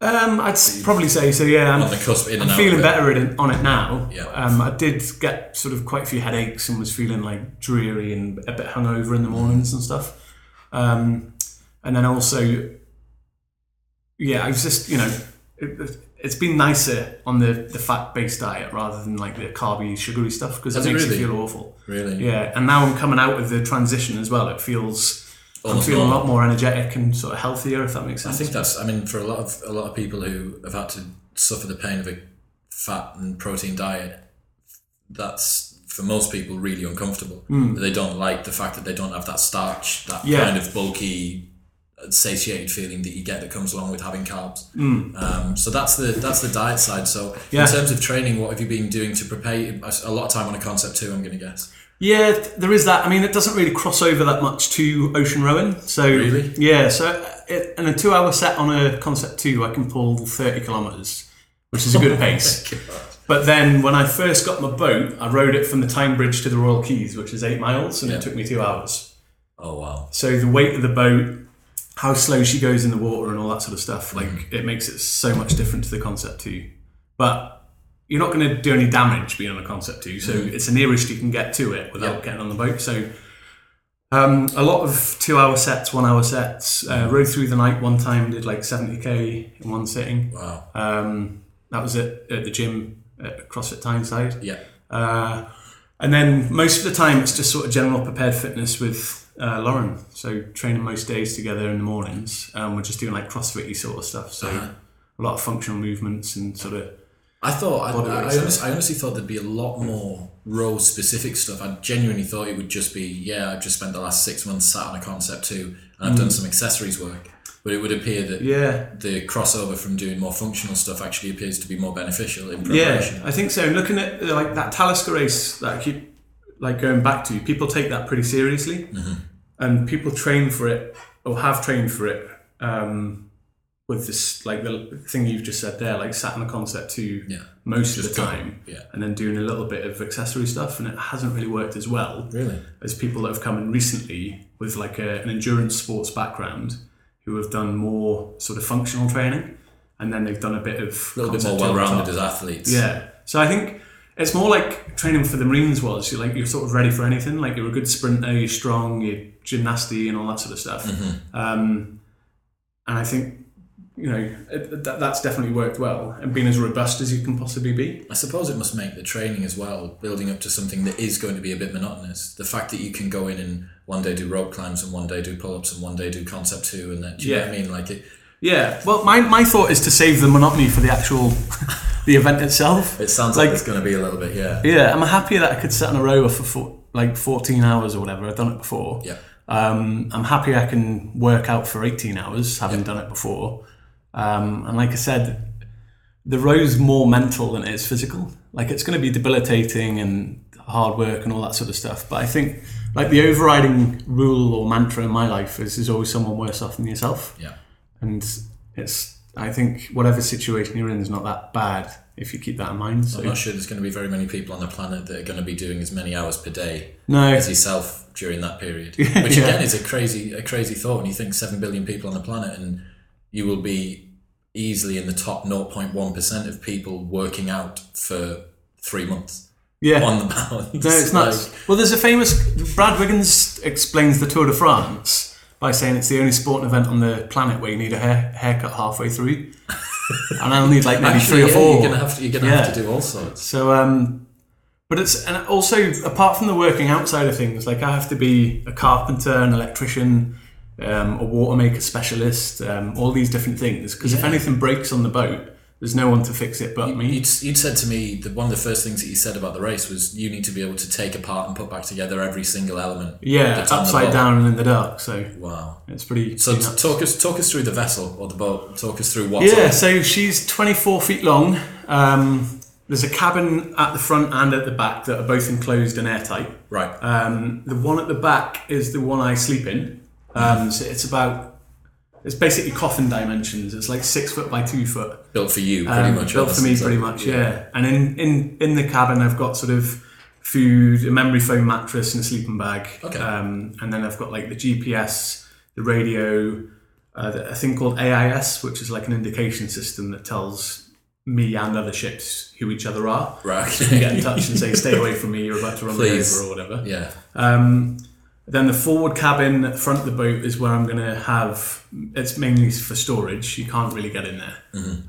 S2: um, I'd s- probably say so. Yeah,
S1: On
S2: I'm,
S1: the cusp, in and
S2: I'm
S1: out.
S2: feeling
S1: of it.
S2: better at it, on it now.
S1: Yeah.
S2: Um, I did get sort of quite a few headaches and was feeling like dreary and a bit hungover in the mornings and stuff. Um, and then also, yeah, I was just you know, it- it- it's been nicer on the, the fat based diet rather than like the carby sugary stuff because it
S1: Has it
S2: makes
S1: really?
S2: you feel awful.
S1: Really?
S2: Yeah, and now I'm coming out of the transition as well. It feels I'm
S1: Almost
S2: feeling a
S1: normal.
S2: lot more energetic and sort of healthier if that makes
S1: I
S2: sense.
S1: think that's. I mean, for a lot of a lot of people who have had to suffer the pain of a fat and protein diet, that's for most people really uncomfortable. They don't like the fact that they don't have that starch, that
S2: Hmm. Yeah.
S1: kind of bulky, uh, satiated feeling that you get that comes along with having carbs. Um, so that's the that's the diet side. So
S2: Hmm. Yeah.
S1: in terms of training, what have you been doing to prepare? A lot of time on a concept too. I'm going to guess.
S2: Yeah, th- there is that. I mean, it doesn't really cross over that much to ocean rowing. So
S1: Really?
S2: yeah. So uh, it, in a two-hour set on a concept two, I can pull thirty kilometers, which is a good
S1: Oh
S2: pace. But then when I first got my boat, I rowed it from the Tyne Bridge to the Royal Keys, which is eight miles, and
S1: Yeah.
S2: it took me two hours.
S1: Oh wow.
S2: So the weight of the boat, how slow she goes in the water, and all that sort of stuff, like it makes it so much different to the concept two. But you're not going to do any damage being on a concept two, so it's the nearest you can get to it without
S1: Yeah.
S2: getting on the boat. So um, a lot of two-hour sets, one-hour sets. Uh, rode through the night one time, did like 70k in one sitting.
S1: Wow.
S2: Um, that was at, at the gym at CrossFit Tyneside.
S1: Yeah.
S2: Uh, and then most of the time, it's just sort of general prepared fitness with uh, Lauren. So training most days together in the mornings. Um, we're just doing like CrossFit-y sort of stuff. So a lot of functional movements and sort of
S1: I thought I,
S2: Body Hmm.
S1: I,
S2: weight
S1: I, honestly, I honestly thought there'd be a lot more role specific stuff. I genuinely thought it would just be yeah, I've just spent the last six months sat on a concept too, and I've done some accessories work. But it would appear that
S2: Hmm. yeah,
S1: the crossover from doing more functional stuff actually appears to be more beneficial in
S2: yeah.
S1: preparation.
S2: I think so. And looking at uh, like that Talisker race that I keep like going back to, people take that pretty seriously,
S1: Mm-hmm.
S2: and people train for it or have trained for it. Um, with this, like the thing you've just said there, like sat on a concept too
S1: Yeah.
S2: most of
S1: Just
S2: the
S1: go.
S2: time.
S1: Yeah.
S2: and then doing a little bit of accessory stuff, and it hasn't really worked as well
S1: Really?
S2: as people that have come in recently with like a, an endurance sports background who have done more sort of functional training, and then they've done a bit of
S1: A little bit more well rounded as athletes.
S2: Yeah, so I think it's more like training for the Marines was. You're like you're sort of ready for anything. Like you're a good sprinter, you're strong, you're gymnasty, and all that sort of stuff. Um, and I think. You know, it, that, that's definitely worked well, and being as robust as you can possibly be.
S1: I suppose it must make the training as well, building up to something that is going to be a bit monotonous. The fact that you can go in and one day do rope climbs and one day do pull ups and one day do concept two and that do you know
S2: Yeah.
S1: what I mean? Like it,
S2: Yeah. Well, my, my thought is to save the monotony for the actual the event itself.
S1: it sounds like,
S2: Like-
S1: it's gonna be a little bit, yeah.
S2: Yeah, I'm happy that I could sit on a rower for four, like 14 hours or whatever. I've done it before.
S1: Yeah.
S2: Um, I'm happy I can work out for 18 hours, having done it before. Um, and like I said, the row's more mental than it is physical. Like it's going to be debilitating and hard work and all that sort of stuff. But I think like the overriding rule or mantra in my life is there's always someone worse off than yourself.
S1: Yeah.
S2: and it's I think whatever situation you're in is not that bad if you keep that in mind.
S1: I'm
S2: So
S1: not sure there's going to be very many people on the planet that are going to be doing as many hours per day
S2: no,
S1: as yourself during that period. Which again is a crazy, a crazy thought when you think seven billion people on the planet, and you will be easily in the top 0.1 percent of people working out for three months
S2: yeah, no,
S1: on the balance.
S2: it's nuts. well, there's a famous Brad Wiggins explains the Tour de France by saying it's the only sporting event on the planet where you need a hair, haircut halfway through, and I'll need like maybe
S1: Actually,
S2: three or
S1: yeah,
S2: four.
S1: You're gonna have to, you're gonna have
S2: Yeah.
S1: to do all sorts.
S2: So, um, but it's and also apart from the working outside of things, like I have to be a carpenter, an electrician, um, a watermaker specialist, um, all these different things. Because if anything breaks on the boat, there's no one to fix it but me.
S1: You'd, you'd said to me that one of the first things that you said about the race was you need to be able to take apart and put back together every single element.
S2: Yeah,
S1: that's on the
S2: upside
S1: boat.
S2: down and in the dark. So
S1: Wow.
S2: it's pretty.
S1: So
S2: pretty nuts.
S1: talk us talk us through the vessel or the boat. Talk us through what.
S2: Yeah, so she's 24 feet long. Um, there's a cabin at the front and at the back that are both enclosed and airtight.
S1: Right.
S2: Um, the one at the back is the one I sleep in. Um, so it's about, it's basically coffin dimensions. It's like six foot by two foot.
S1: built for you, pretty
S2: Um,
S1: much.
S2: built for me,
S1: obviously.
S2: pretty much. Yeah. And in, in in the cabin, I've got sort of food, a memory foam mattress, and a sleeping bag.
S1: Okay.
S2: Um, and then I've got like the GPS, the radio, uh, the- a thing called AIS, which is like an indication system that tells me and other ships who each other are.
S1: Right.
S2: Get in touch and say, "Stay away from me! You're about to run me
S1: Please.
S2: over," or whatever.
S1: yeah.
S2: Um, then the forward cabin at the front of the boat is where I'm going to have. It's mainly for storage. You can't really get in there.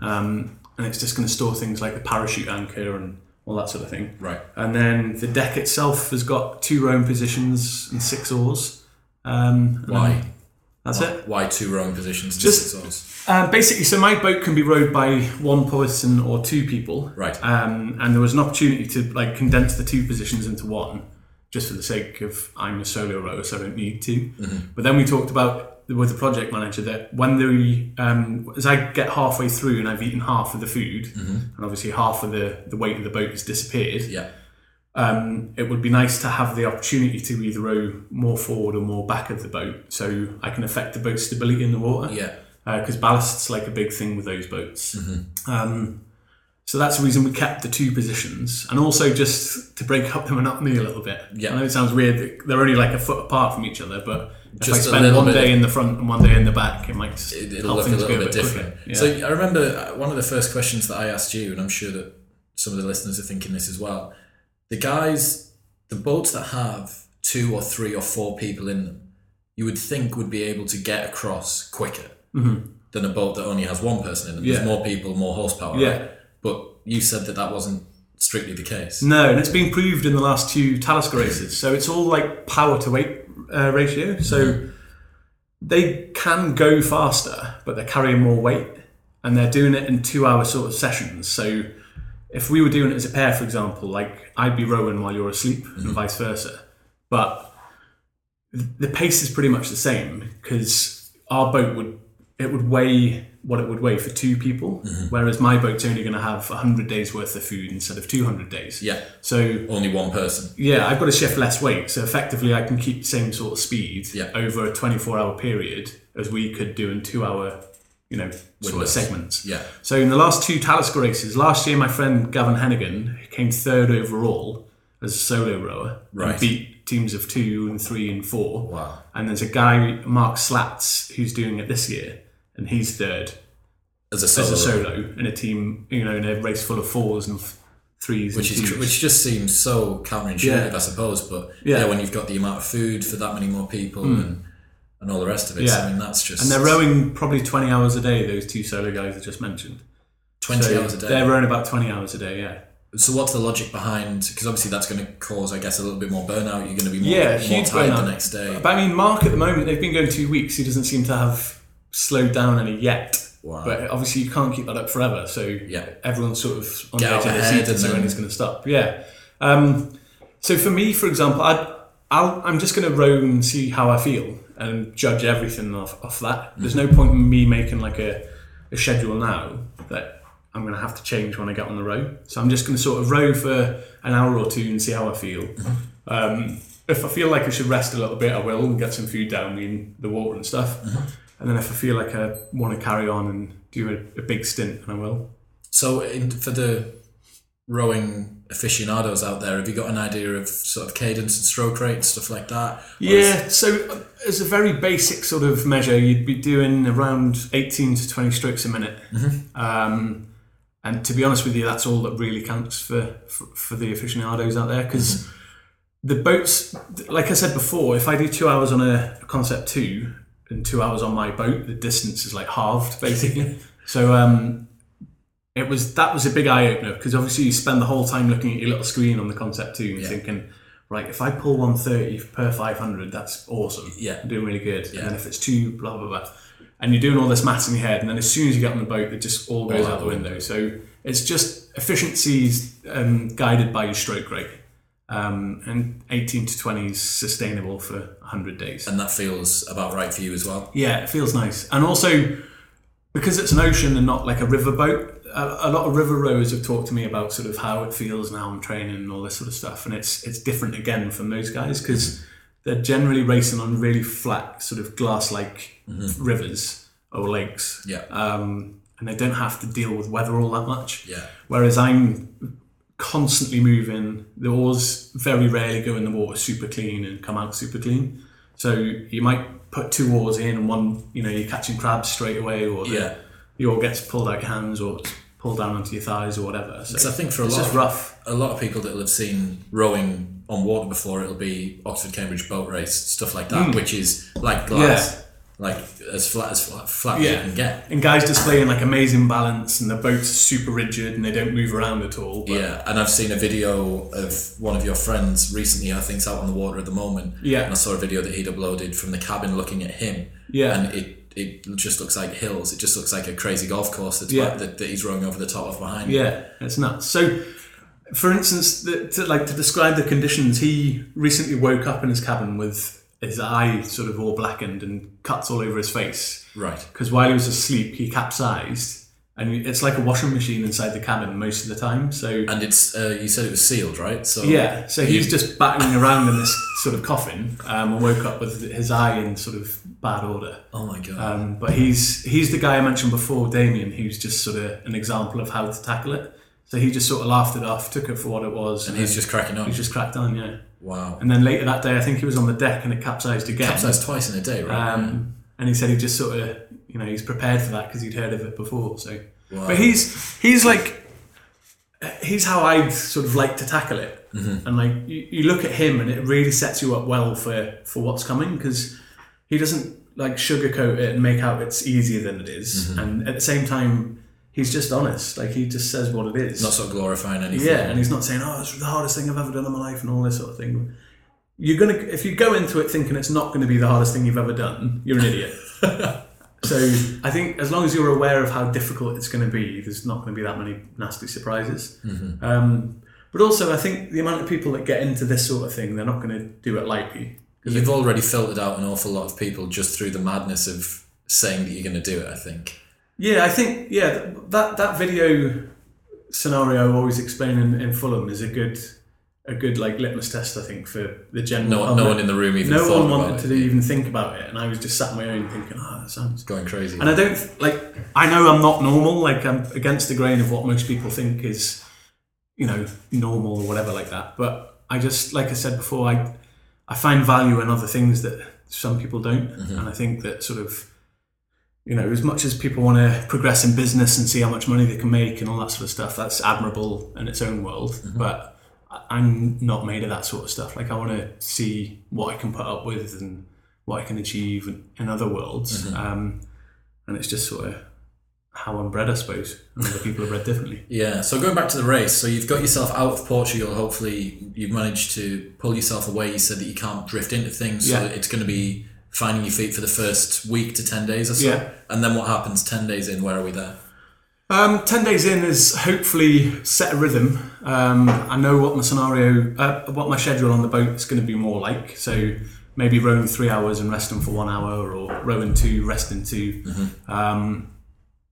S2: Um, and it's just going to store things like the parachute anchor and all that sort of thing.
S1: Right.
S2: And then the deck itself has got two rowing positions and six oars. Um, and
S1: Why?
S2: That's it.
S1: Why two rowing positions? and
S2: Just-
S1: six oars?
S2: Um, basically, so my boat can be rowed by one person or two people.
S1: Right.
S2: Um, and there was an opportunity to like condense the two positions into one, just for the sake of I'm a solo rower, so I don't need to. But then we talked about with the project manager that when the um, as I get halfway through and I've eaten half of the food, and obviously half of the the weight of the boat has disappeared.
S1: Yeah.
S2: um, it would be nice to have the opportunity to either row more forward or more back of the boat so I can affect the boat's stability in the water.
S1: Yeah.
S2: Because Uh, ballast's like a big thing with those boats.
S1: Mm-hmm.
S2: Um, so that's the reason we kept the two positions. And also just to break up the monotony a little bit.
S1: Yeah.
S2: I know it sounds weird, that they're only like a foot apart from each other, but if
S1: Just a
S2: I spend
S1: little
S2: one
S1: bit.
S2: day in the front and one day in the back, it might just
S1: It, it'll look
S2: help
S1: a
S2: things
S1: little
S2: go
S1: bit,
S2: quicker.
S1: different.
S2: Yeah.
S1: So I remember uh, one of the first questions that I asked you, and I'm sure that some of the listeners are thinking this as well. The guys, the boats that have two or three or four people in them, you would think would be able to get across quicker than a boat that only has one person in them.
S2: Mm-hmm. Yeah.
S1: There's more people, more horsepower. right?
S2: Yeah.
S1: But you said that that wasn't strictly the case.
S2: No, and it's been proved in the last two Talisker races. So it's all like power to weight uh, ratio. So they can go faster, but they're carrying more weight, and they're doing it in two hour sort of sessions. So if we were doing it as a pair, for example, like I'd be rowing while you're asleep, and vice versa. But the pace is pretty much the same because our boat would it would weigh what it would weigh for two people, whereas my boat's only going to have 100 days worth of food instead of 200 days.
S1: Yeah.
S2: So
S1: Only one person.
S2: yeah, I've got to shift less weight, so effectively I can keep the same sort of speed
S1: Yeah.
S2: over a 24-hour period as we could do in two-hour, you know, sort of
S1: Windows.
S2: segments.
S1: Yeah.
S2: So in the last two Talisker races, last year my friend Gavin Hennigan came third overall as a solo rower
S1: Right.
S2: and beat teams of two and three and four.
S1: Wow.
S2: And there's a guy, Mark Slats, who's doing it this year, and he's third
S1: As a solo.
S2: as a solo in a team, you know, in a race full of fours and f- threes
S1: which
S2: and
S1: is
S2: twos.
S1: which just seems so counterintuitive,
S2: Yeah.
S1: I suppose. But yeah.
S2: Yeah. Hmm.
S1: when you've got the amount of food for that many more people and and all the rest of it, so,
S2: Yeah.
S1: I mean that's just
S2: And they're rowing probably 20 hours a day, those two solo guys I just mentioned.
S1: twenty
S2: So
S1: hours a day.
S2: They're rowing about 20 hours a day, yeah.
S1: So what's the logic behind? Because obviously that's going to cause, I guess, a little bit more burnout. You're going to be more,
S2: Yeah,
S1: more
S2: huge
S1: tired
S2: burnout.
S1: the next day.
S2: But I mean, Mark at the moment, they've been going two weeks. He doesn't seem to have slowed down any yet.
S1: Wow.
S2: But obviously, you can't keep that up forever. So
S1: Yeah.
S2: everyone's sort of on
S1: Get
S2: the
S1: out
S2: edge of their
S1: ahead
S2: seat
S1: and
S2: as to when
S1: then-
S2: it's going to stop. Yeah. Um, so for me, for example, I'd, I'll, I'm just going to row and see how I feel and judge everything off, off that. There's no point in me making like a, a schedule now that I'm going to have to change when I get on the row. So I'm just going to sort of row for an hour or two and see how I feel. Um, if I feel like I should rest a little bit, I will and get some food down in the water and stuff. And then if I feel like I want to carry on and do a, a big stint, then I will.
S1: So in, for the rowing aficionados out there, have you got an idea of sort of cadence and stroke rate and stuff like that? Or is-
S2: Yeah, so uh, as a very basic sort of measure, you'd be doing around 18 to 20 strokes a minute. Um, and to be honest with you, that's all that really counts for, for, for the aficionados out there because the boats, like I said before, if I do two hours on a Concept 2 and two hours on my boat, the distance is like halved basically. so um, it was that was a big eye opener because obviously you spend the whole time looking at your little screen on the Concept 2 and thinking, right, if I pull 130 per 500, that's awesome.
S1: Yeah.
S2: I'm doing really good. And then if it's two, blah, blah, blah. And you're doing all this maths in your head, and then as soon as you get on the boat, it just all goes
S1: out
S2: out the
S1: the
S2: window. So it's just efficiencies um, guided by your stroke rate. Um, and 18 to 20 is sustainable for 100 days.
S1: and that feels about right for you as well.
S2: Yeah, it feels nice. And also, because it's an ocean and not like a riverboat, a, a lot of river rowers have talked to me about sort of how it feels and how I'm training and all this sort of stuff. And it's it's different again from those guys because they're generally racing on really flat, sort of glass like rivers or lakes.
S1: Yeah.
S2: Um, and they don't have to deal with weather all that much.
S1: Yeah.
S2: Whereas I'm constantly moving. The oars very rarely go in the water super clean and come out super clean. So you might put two oars in and one, you know, you're catching crabs straight away, or the,
S1: Yeah.
S2: the oar gets pulled out your hands or it's pulled down onto your thighs or whatever. So
S1: Because I think for a
S2: it's
S1: lot
S2: just
S1: of-
S2: rough.
S1: a lot of people that will have seen rowing
S2: Hmm.
S1: on water before it'll be Oxford Cambridge boat race stuff like that, which is like glass. like as flat as flat, flat as
S2: Yeah.
S1: you can get.
S2: And guys displaying like amazing balance, and the boat's super rigid, and they don't move around at all. But
S1: Yeah, and I've seen a video of one of your friends recently. I think's out on the water at the moment.
S2: Yeah.
S1: and I saw a video that he'd uploaded from the cabin looking at him.
S2: Yeah.
S1: and it it just looks like hills. It just looks like a crazy golf course that's
S2: Yeah.
S1: that, that he's rowing over the top of behind.
S2: Yeah, it's nuts. So, for instance, the, to, like to describe the conditions, he recently woke up in his cabin with his eye sort of all blackened and cuts all over his face
S1: right.
S2: because while he was asleep, he capsized, and it's like a washing machine inside the cabin most of the time. So
S1: And it's uh, you said it was sealed, right? So
S2: yeah, so he's just battling around in this sort of coffin, um, and woke up with his eye in sort of bad order.
S1: Oh my god.
S2: Um, but he's he's the guy I mentioned before, Damien, who's just sort of an example of how to tackle it. So he just sort of laughed it off, took it for what it was, and,
S1: and he's just cracking up.
S2: he's just cracked on, yeah.
S1: wow.
S2: And then later that day, I think he was on the deck and it capsized again.
S1: Capsized twice in a day, right?
S2: Um, and he said he just sort of, you know, he's prepared for that because he'd heard of it before. So,
S1: Wow.
S2: but he's he's like, he's how I'd sort of like to tackle it. And like you, you look at him, and it really sets you up well for for what's coming because he doesn't like sugarcoat it and make out it's easier than it is. And at the same time, he's just honest. Like he just says what it is.
S1: Not sort of glorifying anything.
S2: Yeah, and he's not saying, "Oh, it's the hardest thing I've ever done in my life" and all this sort of thing. You're gonna if you go into it thinking it's not going to be the hardest thing you've ever done, you're an idiot. so I think as long as you're aware of how difficult it's going to be, there's not going to be that many nasty surprises.
S1: Mm-hmm.
S2: Um, but also, I think the amount of people that get into this sort of thing, they're not going to do it lightly.
S1: You've already filtered out an awful lot of people just through the madness of saying that you're going to do it. I think.
S2: Yeah, I think yeah th- that that video scenario always explained in, in Fulham is a good a good like litmus test I think for the general.
S1: No,
S2: public.
S1: no one in the room even
S2: no
S1: thought
S2: one
S1: about
S2: wanted
S1: it.
S2: to even think about it, and I was just sat on my own thinking, "Ah, that sounds."
S1: Going crazy.
S2: And I don't like. I know I'm not normal. Like I'm against the grain of what most people think is, you know, normal or whatever like that. But I just, like I said before, I, I find value in other things that some people don't, and I think that sort of, you know, as much as people want to progress in business and see how much money they can make and all that sort of stuff, that's admirable in its own world. But I- I'm not made of that sort of stuff. Like I want to see what I can put up with and what I can achieve in- in other worlds. Um, and it's just sort of how I'm bred, I suppose. And other people are bred differently.
S1: Yeah, so going back to the race, so you've got yourself out of Portugal. Hopefully, you've managed to pull yourself away. You said that you can't drift into things, so
S2: Yeah.
S1: it's going to be finding your feet for the first week to 10 days or so.
S2: Yeah.
S1: And then what happens 10 days in? Where are we there?
S2: Um, ten days in is hopefully set a rhythm. Um, I know what my scenario, uh, what my schedule on the boat is going to be more like. So maybe rowing three hours and resting for one hour, or rowing two, resting 2 Um,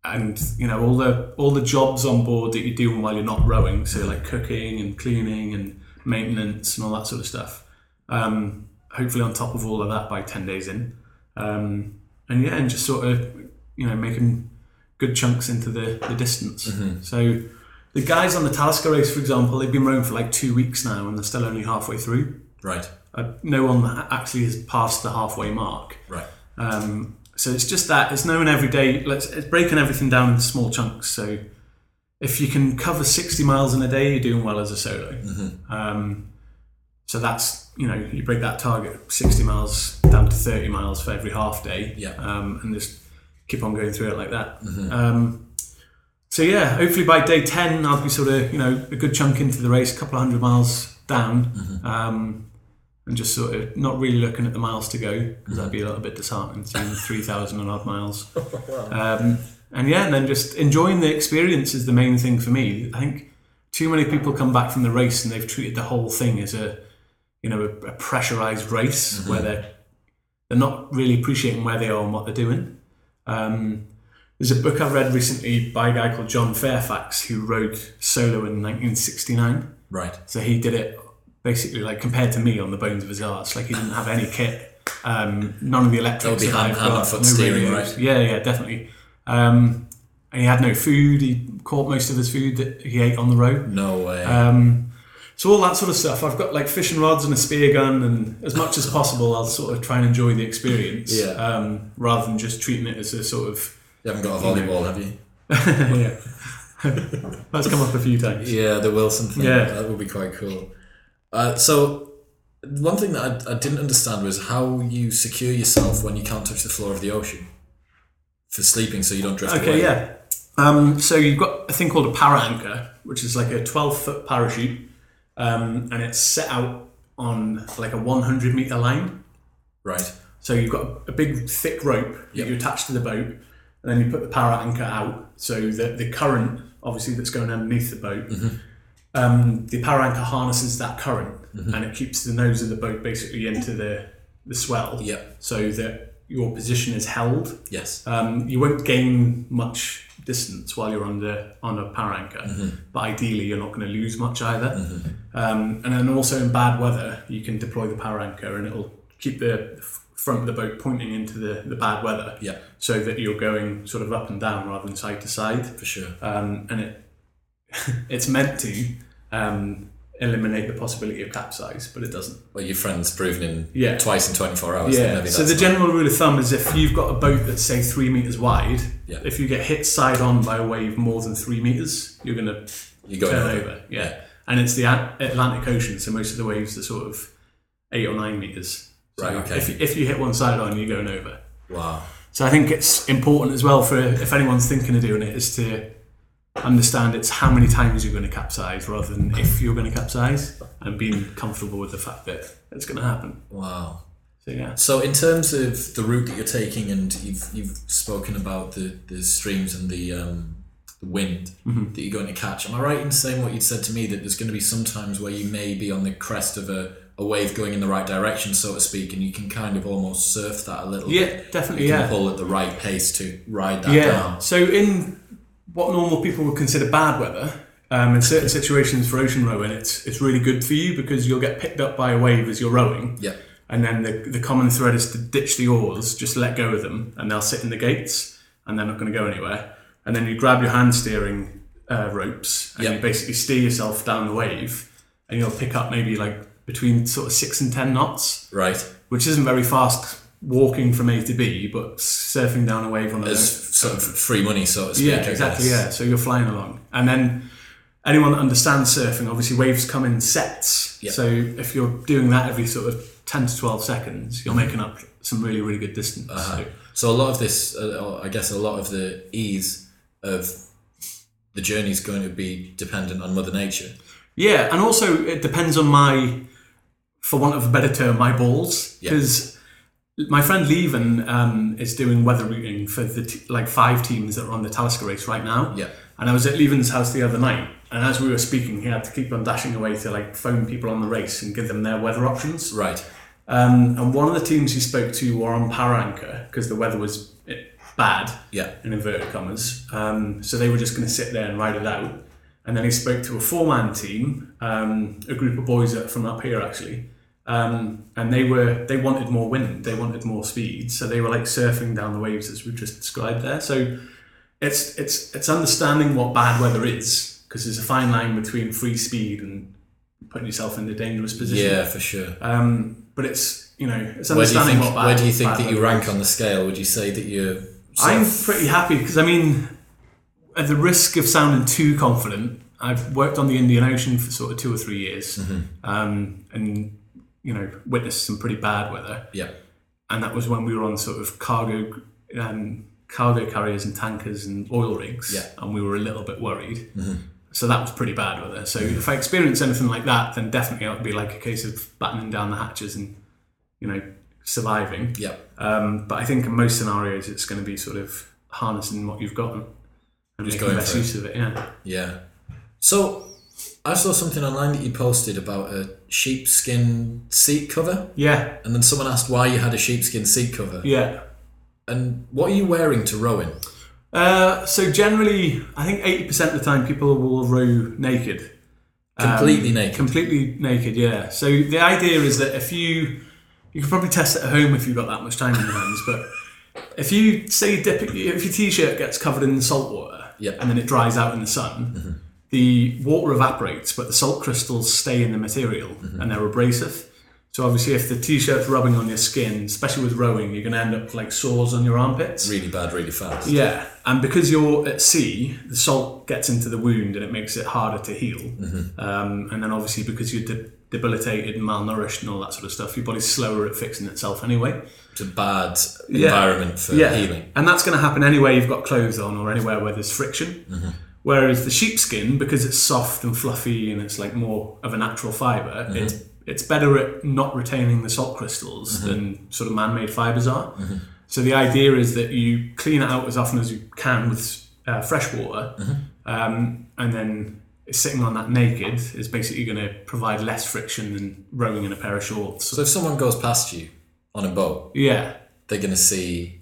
S2: and you know all the all the jobs on board that you're doing while you're not rowing, so like cooking and cleaning and maintenance and all that sort of stuff. Um, hopefully on top of all of that by ten days in, um, and yeah, and just sort of you know making good chunks into the, the distance. So the guys on the Talisker race, for example, they've been rowing for like two weeks now and they're still only halfway through.
S1: Right,
S2: Uh, no one ha- actually has passed the halfway mark.
S1: right.
S2: Um, so it's just that it's knowing every day. Let's it's breaking everything down into small chunks. So if you can cover sixty miles in a day, you're doing well as a solo. Um, so that's you know you break that target sixty miles down to thirty miles for every half day.
S1: Yeah.
S2: Um, and just keep on going through it like that. Um, so yeah, hopefully by day ten I'll be sort of you know a good chunk into the race, a couple of hundred miles down. Um, and just sort of not really looking at the miles to go because that'd be a little bit disheartening seeing 3,000 and odd miles. Um, and yeah, and then just enjoying the experience is the main thing for me. I think too many people come back from the race and they've treated the whole thing as a, you know, a, a pressurized race where they're, they're not really appreciating where they are and what they're doing. Um, there's a book I read recently by a guy called John Fairfax who rode solo in 1969.
S1: Right.
S2: So he did it basically like compared to me on the bones of his arse. Like he didn't have any kit, um, none of the electrics.
S1: That would be hand-
S2: I've
S1: hand
S2: got,
S1: and foot
S2: no
S1: steering,
S2: radios.
S1: right?
S2: Yeah, yeah, definitely. Um, and he had no food. He caught most of his food that he ate on the road.
S1: No way.
S2: Um, so all that sort of stuff. I've got like fishing rods and a spear gun, and as much as possible, I'll sort of try and enjoy the experience,
S1: Yeah.
S2: um, rather than just treating it as a sort of.
S1: you haven't got a volleyball, have you?
S2: yeah. That's come up a few times.
S1: Yeah, the Wilson thing.
S2: Yeah.
S1: That would be quite cool. Uh, so One thing that I, I didn't understand was how you secure yourself when you can't touch the floor of the ocean for sleeping, so you don't drift away.
S2: Okay, yeah. Um, so you've got a thing called a para anchor, which is like a 12 foot parachute, um, and it's set out on like a 100 meter line.
S1: Right.
S2: So you've got a big thick rope
S1: Yep.
S2: that you attach to the boat, and then you put the para anchor out. So the, the current, obviously, that's going underneath the boat,
S1: Mm-hmm.
S2: um, the para anchor harnesses that current
S1: Mm-hmm.
S2: and it keeps the nose of the boat basically into the, the swell.
S1: Yep.
S2: So that your position is held
S1: Yes.
S2: um, you won't gain much distance while you're under on a power anchor, but ideally you're not going to lose much either. Um, and then also in bad weather, you can deploy the power anchor and it'll keep the f- front of the boat pointing into the, the bad weather,
S1: Yeah.
S2: so that you're going sort of up and down rather than side to side.
S1: For sure.
S2: Um, and it it's meant to um, eliminate the possibility of capsize, but it doesn't.
S1: Well, your friend's proven in
S2: Yeah.
S1: twice in 24 hours. then
S2: Yeah.
S1: Maybe
S2: So the
S1: that's
S2: general rule of thumb is if you've got a boat that's say three meters wide,
S1: Yeah.
S2: if you get hit side on by a wave more than three meters, you're gonna
S1: you go
S2: turn
S1: over.
S2: over. Yeah. And it's the At- Atlantic Ocean, so most of the waves are sort of eight or nine meters. So
S1: Right, okay.
S2: If, if you hit one side on, you're going over.
S1: Wow.
S2: So I think it's important as well for if anyone's thinking of doing it is to understand it's how many times you're going to capsize rather than if you're going to capsize and being comfortable with the fact that it's going to happen.
S1: Wow.
S2: So yeah.
S1: So in terms of the route that you're taking, and you've you've spoken about the, the streams and the um, the wind
S2: Mm-hmm.
S1: that you're going to catch. Am I right in saying what you'd said to me that there's going to be some times where you may be on the crest of a, a wave going in the right direction, so to speak, and you can kind of almost surf that a little bit.
S2: Yeah, definitely.
S1: You can
S2: Yeah.
S1: pull at the right pace to ride that
S2: Yeah.
S1: down.
S2: So in what normal people would consider bad weather, um, in certain situations for ocean rowing, it's it's really good for you because you'll get picked up by a wave as you're rowing,
S1: Yeah.
S2: and then the the common thread is to ditch the oars, just let go of them, and they'll sit in the gates, and they're not going to go anywhere. And then you grab your hand steering uh, ropes, and
S1: Yeah.
S2: you basically steer yourself down the wave, and you'll pick up maybe like between sort of six and ten knots
S1: Right.
S2: which isn't very fast walking from A to B, but surfing down a wave on a
S1: As sort of free money, so to speak.
S2: yeah,
S1: I
S2: exactly,
S1: guess.
S2: yeah. So you're flying along, and then anyone that understands surfing, obviously waves come in sets.
S1: Yeah.
S2: So if you're doing that every sort of ten to twelve seconds, you're making up some really really good distance. So,
S1: So a lot of this, uh, or I guess, a lot of the ease of the journey is going to be dependent on Mother Nature.
S2: yeah, and also it depends on my, for want of a better term, my balls,
S1: Yeah.
S2: because. My friend Levin um, is doing weather routing for the t- like five teams that are on the Talisker race right now.
S1: Yeah.
S2: And I was at Levin's house the other night, and as we were speaking, he had to keep on dashing away to like phone people on the race and give them their weather options.
S1: Right.
S2: Um, and one of the teams he spoke to were on power anchor because the weather was eh, bad
S1: Yeah.
S2: in inverted commas. Um, so they were just going to sit there and ride it out. And then he spoke to a four man team, um, a group of boys that- from up here actually. Um, and they were they wanted more wind, they wanted more speed, so they were like surfing down the waves as we just described there. So it's it's it's understanding what bad weather is because there's a fine line between free speed and putting yourself in a dangerous position.
S1: Yeah, for sure.
S2: Um, but it's you know it's
S1: where do you think?
S2: understanding what bad.
S1: where do you think
S2: bad
S1: that you
S2: weather
S1: rank
S2: is.
S1: on the scale? Would you say that you're? sort
S2: I'm
S1: of-
S2: pretty happy because I mean, at the risk of sounding too confident, I've worked on the Indian Ocean for sort of two or three years, um, and you know witnessed some pretty bad weather,
S1: yeah.
S2: and that was when we were on sort of cargo um, cargo carriers and tankers and oil rigs,
S1: Yeah.
S2: and we were a little bit worried. So that was pretty bad weather. So if I experience anything like that, then definitely it would be like a case of battening down the hatches and you know surviving.
S1: Yeah.
S2: Um, but I think in most scenarios, it's going to be sort of harnessing what you've got and making
S1: going
S2: the best
S1: for it.
S2: use of it. Yeah.
S1: Yeah. So I saw something online that you posted about a sheepskin seat cover,
S2: Yeah.
S1: and then someone asked why you had a sheepskin seat cover,
S2: Yeah.
S1: and what are you wearing to rowing?
S2: Uh, so generally, I think 80% of the time people will row naked. Um,
S1: Completely naked.
S2: Completely naked, yeah. So the idea is that if you, you could probably test it at home if you've got that much time on your hands, but if you say dip it, if your t-shirt gets covered in salt water
S1: Yep. Mm-hmm.
S2: and then it dries out in the sun, the water evaporates, but the salt crystals stay in the material
S1: Mm-hmm.
S2: and they're abrasive. So obviously, if the t-shirt's rubbing on your skin, especially with rowing, you're going to end up with like sores on your armpits.
S1: really bad, really fast.
S2: Yeah, and because you're at sea, the salt gets into the wound and it makes it harder to heal. Um, and then obviously because you're de- debilitated, malnourished, and all that sort of stuff, your body's slower at fixing itself anyway.
S1: It's a bad
S2: Yeah.
S1: environment for healing.
S2: And that's going to happen anywhere you've got clothes on or anywhere where there's friction.
S1: Mm-hmm.
S2: Whereas the sheepskin, because it's soft and fluffy and it's like more of a natural fiber,
S1: Mm-hmm.
S2: it's it's better at not retaining the salt crystals
S1: Mm-hmm.
S2: than sort of man-made fibers are. So the idea is that you clean it out as often as you can with uh, fresh water,
S1: Mm-hmm.
S2: um, and then sitting on that naked is basically going to provide less friction than rowing in a pair of shorts.
S1: So if someone goes past you on a boat,
S2: yeah,
S1: they're going to see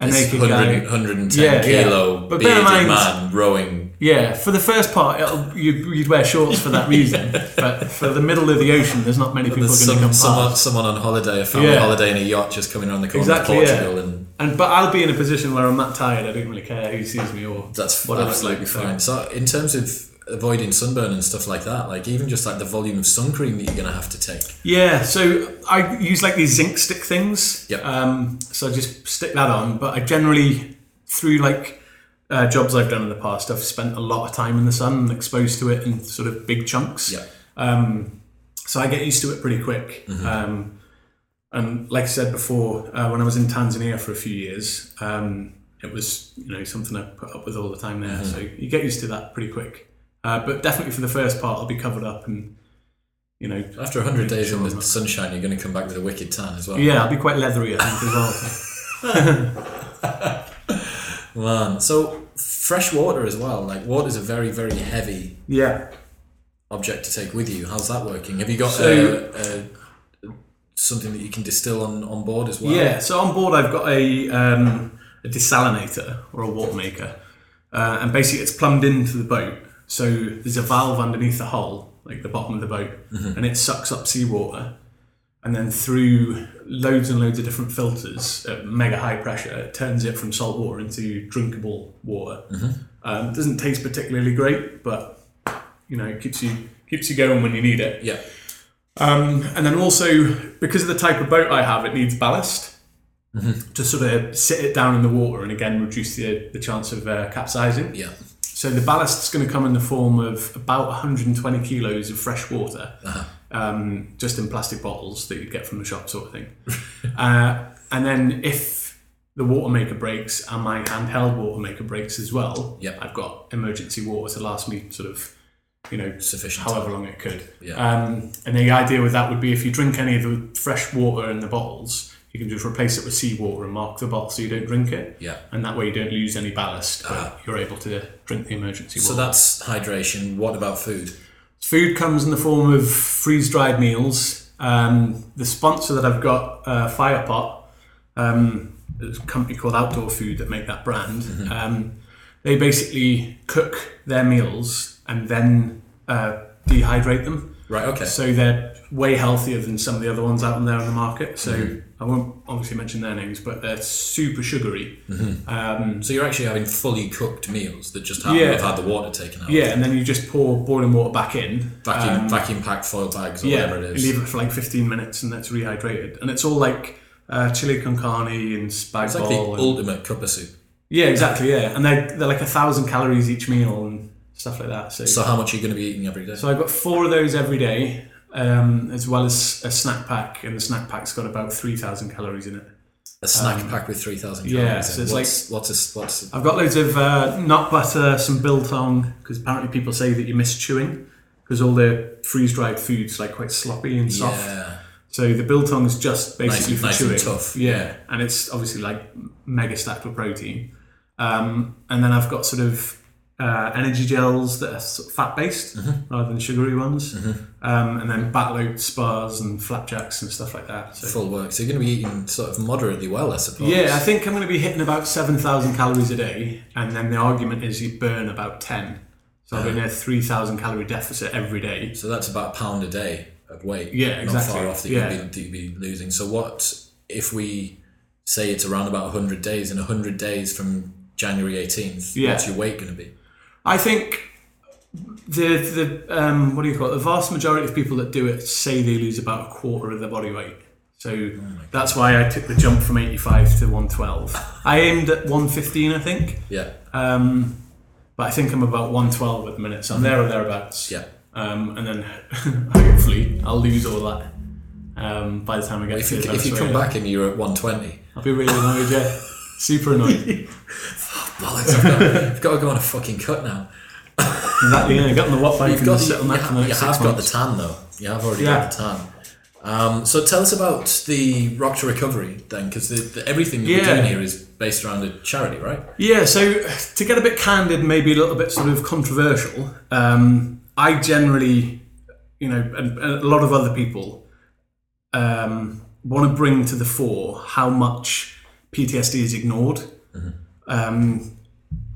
S2: a
S1: this
S2: naked guy.
S1: 100, 110
S2: Yeah, yeah.
S1: kilo
S2: But bear
S1: bearded
S2: in mind-
S1: man rowing.
S2: Yeah, for the first part, it'll, you'd, you'd wear shorts for that reason. But for the middle of the ocean, there's not many people
S1: There's
S2: going to
S1: some,
S2: come
S1: someone,
S2: past.
S1: someone on holiday, a family
S2: Yeah.
S1: holiday in a yacht just coming around the corner
S2: Exactly,
S1: of
S2: yeah.
S1: Portugal and
S2: And but I'll be in a position where I'm that tired, I don't really care who sees me or
S1: That's
S2: what I look
S1: absolutely
S2: like, so-
S1: fine. So, in terms of avoiding sunburn and stuff like that, like even just like the volume of sun cream that you're going to have to take.
S2: Yeah, so I use like these zinc stick things.
S1: Yep.
S2: Um, so I just stick that on. But I generally, through like uh, jobs I've done in the past, I've spent a lot of time in the sun and exposed to it in sort of big chunks.
S1: Yeah.
S2: Um, so I get used to it pretty quick.
S1: Mm-hmm.
S2: Um, and like I said before, uh, when I was in Tanzania for a few years, um, it was you know something I put up with all the time
S1: Mm-hmm.
S2: there. So you get used to that pretty quick. Uh, but definitely for the first part, I'll be covered up and you know
S1: After 100 days in the sunshine, you're going to come back with a wicked tan as well.
S2: yeah, I'll be quite leathery, I think, as well.
S1: Man. So, fresh water as well. Like, water's a very, very heavy
S2: yeah.
S1: object to take with you. How's that working? Have you got
S2: So-
S1: uh, uh, something that you can distill on, on board as well?
S2: Yeah, so on board I've got a, um, a desalinator or a water maker. Uh, and basically it's plumbed into the boat. So there's a valve underneath the hull, like the bottom of the boat, and it sucks up seawater. And then through loads and loads of different filters at mega high pressure, it turns it from salt water into drinkable water. Um, doesn't taste particularly great, but you know it keeps you keeps you going when you need it.
S1: Yeah.
S2: Um, and then also, because of the type of boat I have, it needs ballast to sort of sit it down in the water and again reduce the, the chance of uh, capsizing.
S1: Yeah.
S2: So the ballast's going to come in the form of about 120 kilos of fresh water,
S1: Uh-huh.
S2: um, just in plastic bottles that you get from the shop, sort of thing. uh, and then if the water maker breaks and my handheld water maker breaks as well,
S1: Yep.
S2: I've got emergency water to last me sort of, you know,
S1: Sufficient.
S2: however long it could.
S1: Yeah.
S2: Um, and the idea with that would be if you drink any of the fresh water in the bottles, you can just replace it with seawater and mark the bottle so you don't drink it.
S1: Yeah.
S2: And that way you don't lose any ballast, but you're able to drink the emergency water.
S1: So, that's hydration. What about food?
S2: Food comes in the form of freeze dried meals. Um, the sponsor that I've got, uh, Firepot, um, there's a company called Outdoor Food that make that brand. Um, they basically cook their meals and then uh, dehydrate them.
S1: Right, okay.
S2: So they're way healthier than some of the other ones out there on the market. So I won't obviously mention their names, but they're super sugary.
S1: So you're actually having fully cooked meals that just happen to
S2: Yeah.
S1: have had the water taken out.
S2: Yeah, and then you just pour boiling water back in.
S1: Vacuum, vacuum packed foil bags or
S2: yeah,
S1: whatever it
S2: and
S1: is.
S2: leave it for like 15 minutes and that's rehydrated. And it's all like uh, chili con carne and spag
S1: It's like the
S2: bol. and-
S1: ultimate cup of soup.
S2: yeah, exactly. Yeah, and they're, they're like a thousand calories each meal and stuff like that. So,
S1: So
S2: so,
S1: how much are you going to be eating every day?
S2: I've got four of those every day, um, as well as a snack pack. And the snack pack's got about 3,000 calories in it.
S1: a snack pack with three thousand
S2: um, yeah,
S1: calories.
S2: so
S1: in.
S2: it's
S1: what's, what's a, what's a,
S2: I've got loads of uh, nut butter, some biltong, because apparently people say that you miss chewing because all the freeze dried food's like quite sloppy and soft.
S1: yeah,
S2: So the biltong is just basically
S1: Nice-
S2: for
S1: nice and
S2: chewing.
S1: tough.
S2: Yeah, and it's obviously like mega stacked with protein. Um, and then I've got sort of uh, energy gels that are sort of fat based
S1: Mm-hmm.
S2: rather than sugary ones. Um, and then bat load spars and flapjacks and stuff like that. So
S1: full work. So you're going to be eating sort of moderately well, I suppose.
S2: yeah, I think I'm going to be hitting about 7,000 calories a day. And then the argument is you burn about 10. So I'll
S1: Uh-huh.
S2: be in a 3,000 calorie deficit every day.
S1: So that's about a pound a day of weight.
S2: Yeah,
S1: not
S2: exactly.
S1: far off that
S2: Yeah.
S1: you'd be, that you'd be losing. So what if we say it's around about hundred days? In hundred days from January eighteenth,
S2: Yeah.
S1: what's your weight going to be?
S2: I think the the um, what do you call it? The vast majority of people that do it say they lose about a quarter of their body weight. So
S1: Oh
S2: that's why I took the jump from 85 to 112. I aimed at 115, I think,
S1: Yeah,
S2: um, but I think I'm about 112 at the minute, so I'm there or thereabouts.
S1: yeah.
S2: um, and then hopefully I'll lose all that um, by the time I get
S1: If
S2: to
S1: you, if you come
S2: Venezuela.
S1: back and you're at 120,
S2: I'll be really annoyed, yeah. Super annoyed.
S1: bollocks, I've got, I've got to go on a fucking cut now.
S2: exactly, yeah. Get on the what bike
S1: You've
S2: and
S1: got,
S2: sit on
S1: you
S2: that for the
S1: have, you
S2: next six
S1: have got the
S2: months.
S1: tan though. You have already
S2: Yeah.
S1: got the tan. Um, so tell us about the Rock to Recovery then, because the, the, everything that
S2: Yeah.
S1: we're doing here is based around a charity, right?
S2: Yeah, so to get a bit candid, maybe a little bit sort of controversial, um, I generally, you know, and, and a lot of other people um, want to bring to the fore how much PTSD is ignored. Um,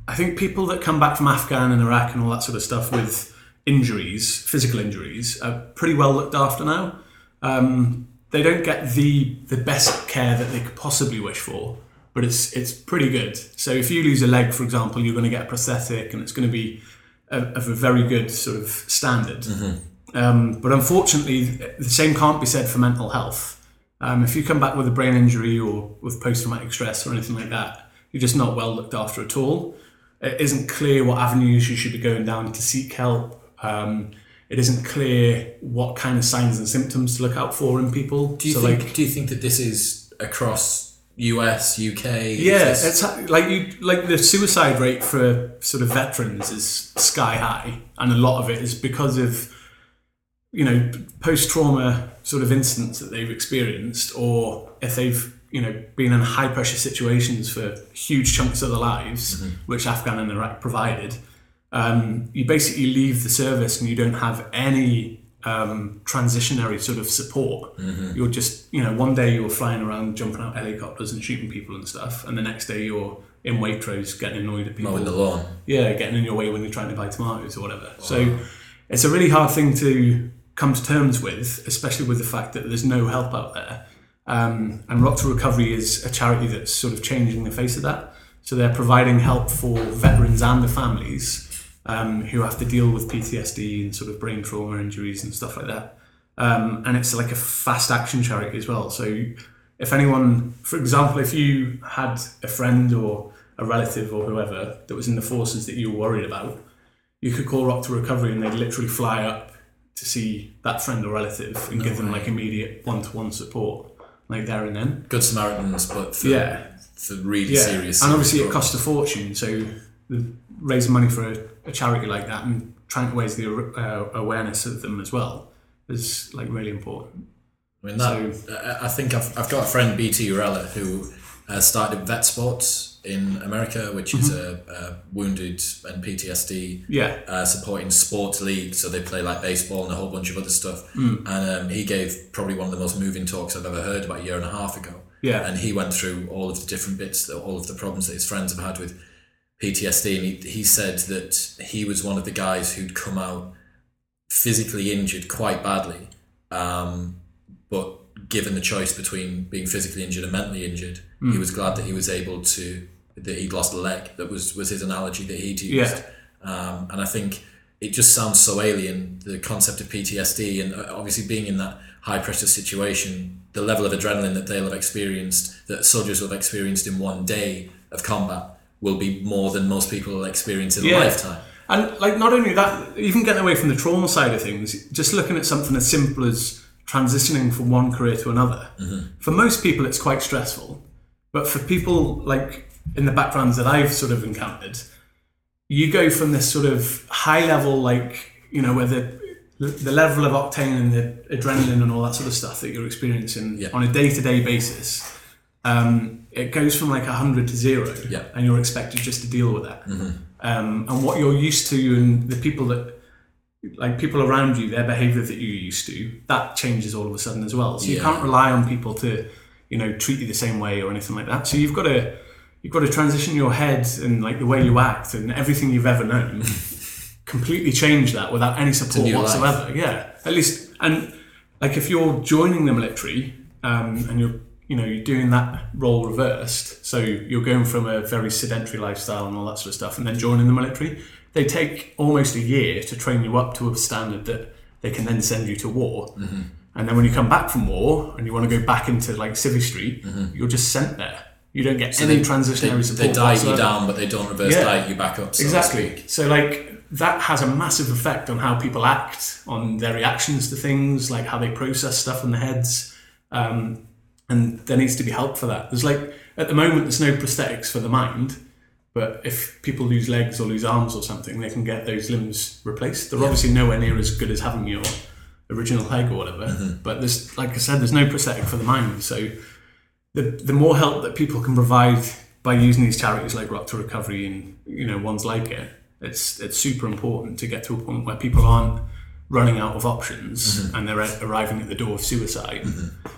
S2: I think people that come back from Afghan and Iraq and all that sort of stuff with injuries, physical injuries, are pretty well looked after now. Um, they don't get the the best care that they could possibly wish for, but it's it's pretty good. So if you lose a leg, for example, you're going to get a prosthetic, and it's going to be a, of a very good sort of standard.
S1: Mm-hmm.
S2: Um, but unfortunately, the same can't be said for mental health. Um, if you come back with a brain injury or with post traumatic stress or anything like that, you're just not well looked after at all. It isn't clear what avenues you should be going down to seek help. Um, it isn't clear what kind of signs and symptoms to look out for in people.
S1: Do you think? do you think that this is across US, UK? Is
S2: Yeah,
S1: this-
S2: it's ha- like you like the suicide rate for sort of veterans is sky high, and a lot of it is because of you know post trauma sort of incidents that they've experienced, or if they've you know been in high pressure situations for huge chunks of their lives, which Afghan and Iraq provided. Um, you basically leave the service and you don't have any um, transitionary sort of support. You're just, you know, one day you're flying around, jumping out helicopters and shooting people and stuff, and the next day you're in Waitrose getting annoyed at people
S1: mowing the lawn.
S2: yeah, getting in your way when you're trying to buy tomatoes or whatever. So it's a really hard thing to come to terms with, especially with the fact that there's no help out there. Um, and Rock to Recovery is a charity that's sort of changing the face of that. So they're providing help for veterans and the families um, who have to deal with PTSD and sort of brain trauma injuries and stuff like that. Um, and it's like a fast action charity as well. So if anyone, for example, if you had a friend or a relative or whoever that was in the forces that you were worried about, you could call Rock to Recovery and they'd literally fly up to see that friend or relative and give them like immediate one to one support, like there and then.
S1: Good Samaritans, but for,
S2: Yeah.
S1: for really
S2: Yeah.
S1: serious.
S2: and obviously it
S1: serious
S2: costs a fortune. So the- raising money for a, a charity like that and trying to raise the uh, awareness of them as well is like really important.
S1: I mean, that, I I think I've, I've got a friend, BT Urella, who uh, started Vet Sports in America, which is a,
S2: Mm-hmm.
S1: a wounded and PTSD
S2: Yeah.
S1: uh, supporting sports league. So they play like baseball and a whole bunch of other stuff.
S2: Hmm.
S1: And um, he gave probably one of the most moving talks I've ever heard about a year and a half ago.
S2: Yeah.
S1: And he went through all of the different bits, that, all of the problems that his friends have had with PTSD. And he, he said that he was one of the guys who'd come out physically injured quite badly. Um, but given the choice between being physically injured and mentally injured, he
S2: Hmm.
S1: was glad that he was able to, that he'd lost a leg. That was, was his analogy that he'd used.
S2: Yeah.
S1: Um, and I think it just sounds so alien the concept of PTSD and uh, obviously being in that high pressure situation, the level of adrenaline that they'll have experienced, that soldiers will have experienced in one day of combat, will be more than most people will experience in
S2: Yeah.
S1: a lifetime.
S2: And like not only that, even getting away from the trauma side of things, just looking at something as simple as transitioning from one career to another.
S1: Mm-hmm.
S2: For most people, it's quite stressful. But for people like in the backgrounds that I've sort of encountered, you go from this sort of high level, like you know, where the the level of octane and the adrenaline and all that sort of stuff that you're experiencing
S1: Yeah.
S2: on a day to day basis um, it goes from like 100 to zero,
S1: Yeah.
S2: and you're expected just to deal with that. Um, and what you're used to, and the people that, like people around you, their behavior that you're used to, that changes all of a sudden as well. So you
S1: Yeah.
S2: can't rely on people to, you know, treat you the same way or anything like that. So you've got to, you've got to transition your head and like the way you act and everything you've ever known, completely change that without any support
S1: new life.
S2: whatsoever. Yeah, at least and like if you're joining the military um, and you're you know you're doing that role reversed so you're going from a very sedentary lifestyle and all that sort of stuff and then joining the military they take almost a year to train you up to a standard that they can then send you to war
S1: Mm-hmm.
S2: and then when you come back from war and you want to go back into like civistry
S1: Mm-hmm.
S2: you're just sent there you don't get any
S1: they-
S2: transitionary
S1: They,
S2: support
S1: they diet you
S2: whatsoever.
S1: down, but they don't reverse
S2: Yeah.
S1: diet you back up. So to
S2: Exactly.
S1: speak.
S2: So like that has a massive effect on how people act, on their reactions to things, like how they process stuff in their heads. Um, and there needs to be help for that. There's like, at the moment, there's no prosthetics for the mind, but if people lose legs or lose arms or something, they can get those limbs replaced. They're obviously nowhere near as good as having your original leg or whatever,
S1: Mm-hmm.
S2: but there's, like I said, there's no prosthetic for the mind. So the, the more help that people can provide by using these charities like Rock to Recovery and you know ones like it, it's it's super important to get to a point where people aren't running out of options and they're a- arriving at the door of suicide.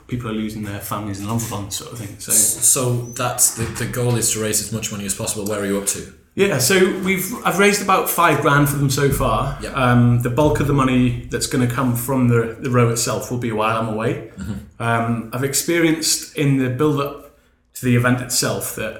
S2: People are losing their families and loved ones, sort of thing. So
S1: So that's the, the goal is to raise as much money as possible. Where are you up to?
S2: yeah, so we've I've raised about five grand for them so far.
S1: Yep.
S2: Um, the bulk of the money that's going to come from the the row itself will be while I'm away.
S1: Mm-hmm.
S2: Um, I've experienced in the build up to the event itself that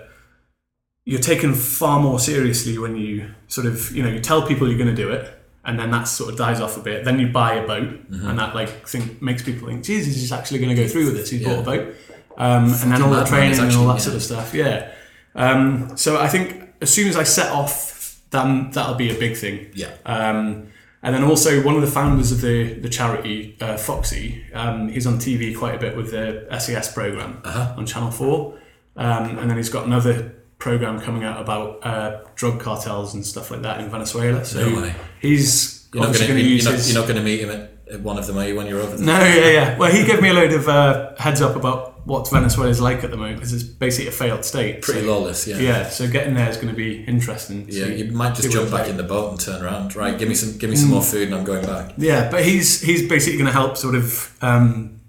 S2: you're taken far more seriously when you sort of you know you tell people you're going to do it and then that sort of dies off a bit then you buy a boat
S1: Mm-hmm.
S2: and that like thing makes people think jesus he's actually going to go through with this he's bought a boat um, and then all the
S1: madman,
S2: training
S1: he's
S2: and all that
S1: actually-
S2: sort of stuff yeah um, so i think as soon as i set off then that'll be a big thing
S1: Yeah.
S2: um, and then also one of the founders of the the charity, uh, Foxy, um, he's on TV quite a bit with the SES program
S1: Uh-huh.
S2: on Channel Four, um, and then he's got another program coming out about uh, drug cartels and stuff like that in Venezuela. So
S1: No way.
S2: he's
S1: You're not
S2: obviously
S1: going to
S2: going to use
S1: you're not,
S2: his.
S1: you're not going to meet him at, at one of them, are you? When you're over there?
S2: No, yeah, yeah. Well, he gave me a load of uh, heads up about what Venezuela's like at the moment because it's basically a failed state.
S1: Pretty
S2: so,
S1: lawless, yeah.
S2: Yeah, so getting there is going to be interesting.
S1: Yeah,
S2: So-
S1: you might just
S2: See what
S1: jump
S2: it's
S1: back
S2: like.
S1: in the boat and turn around. Right, give me some, give me some
S2: Mm.
S1: more food, and I'm going back.
S2: Yeah, but he's he's basically going to help sort of um,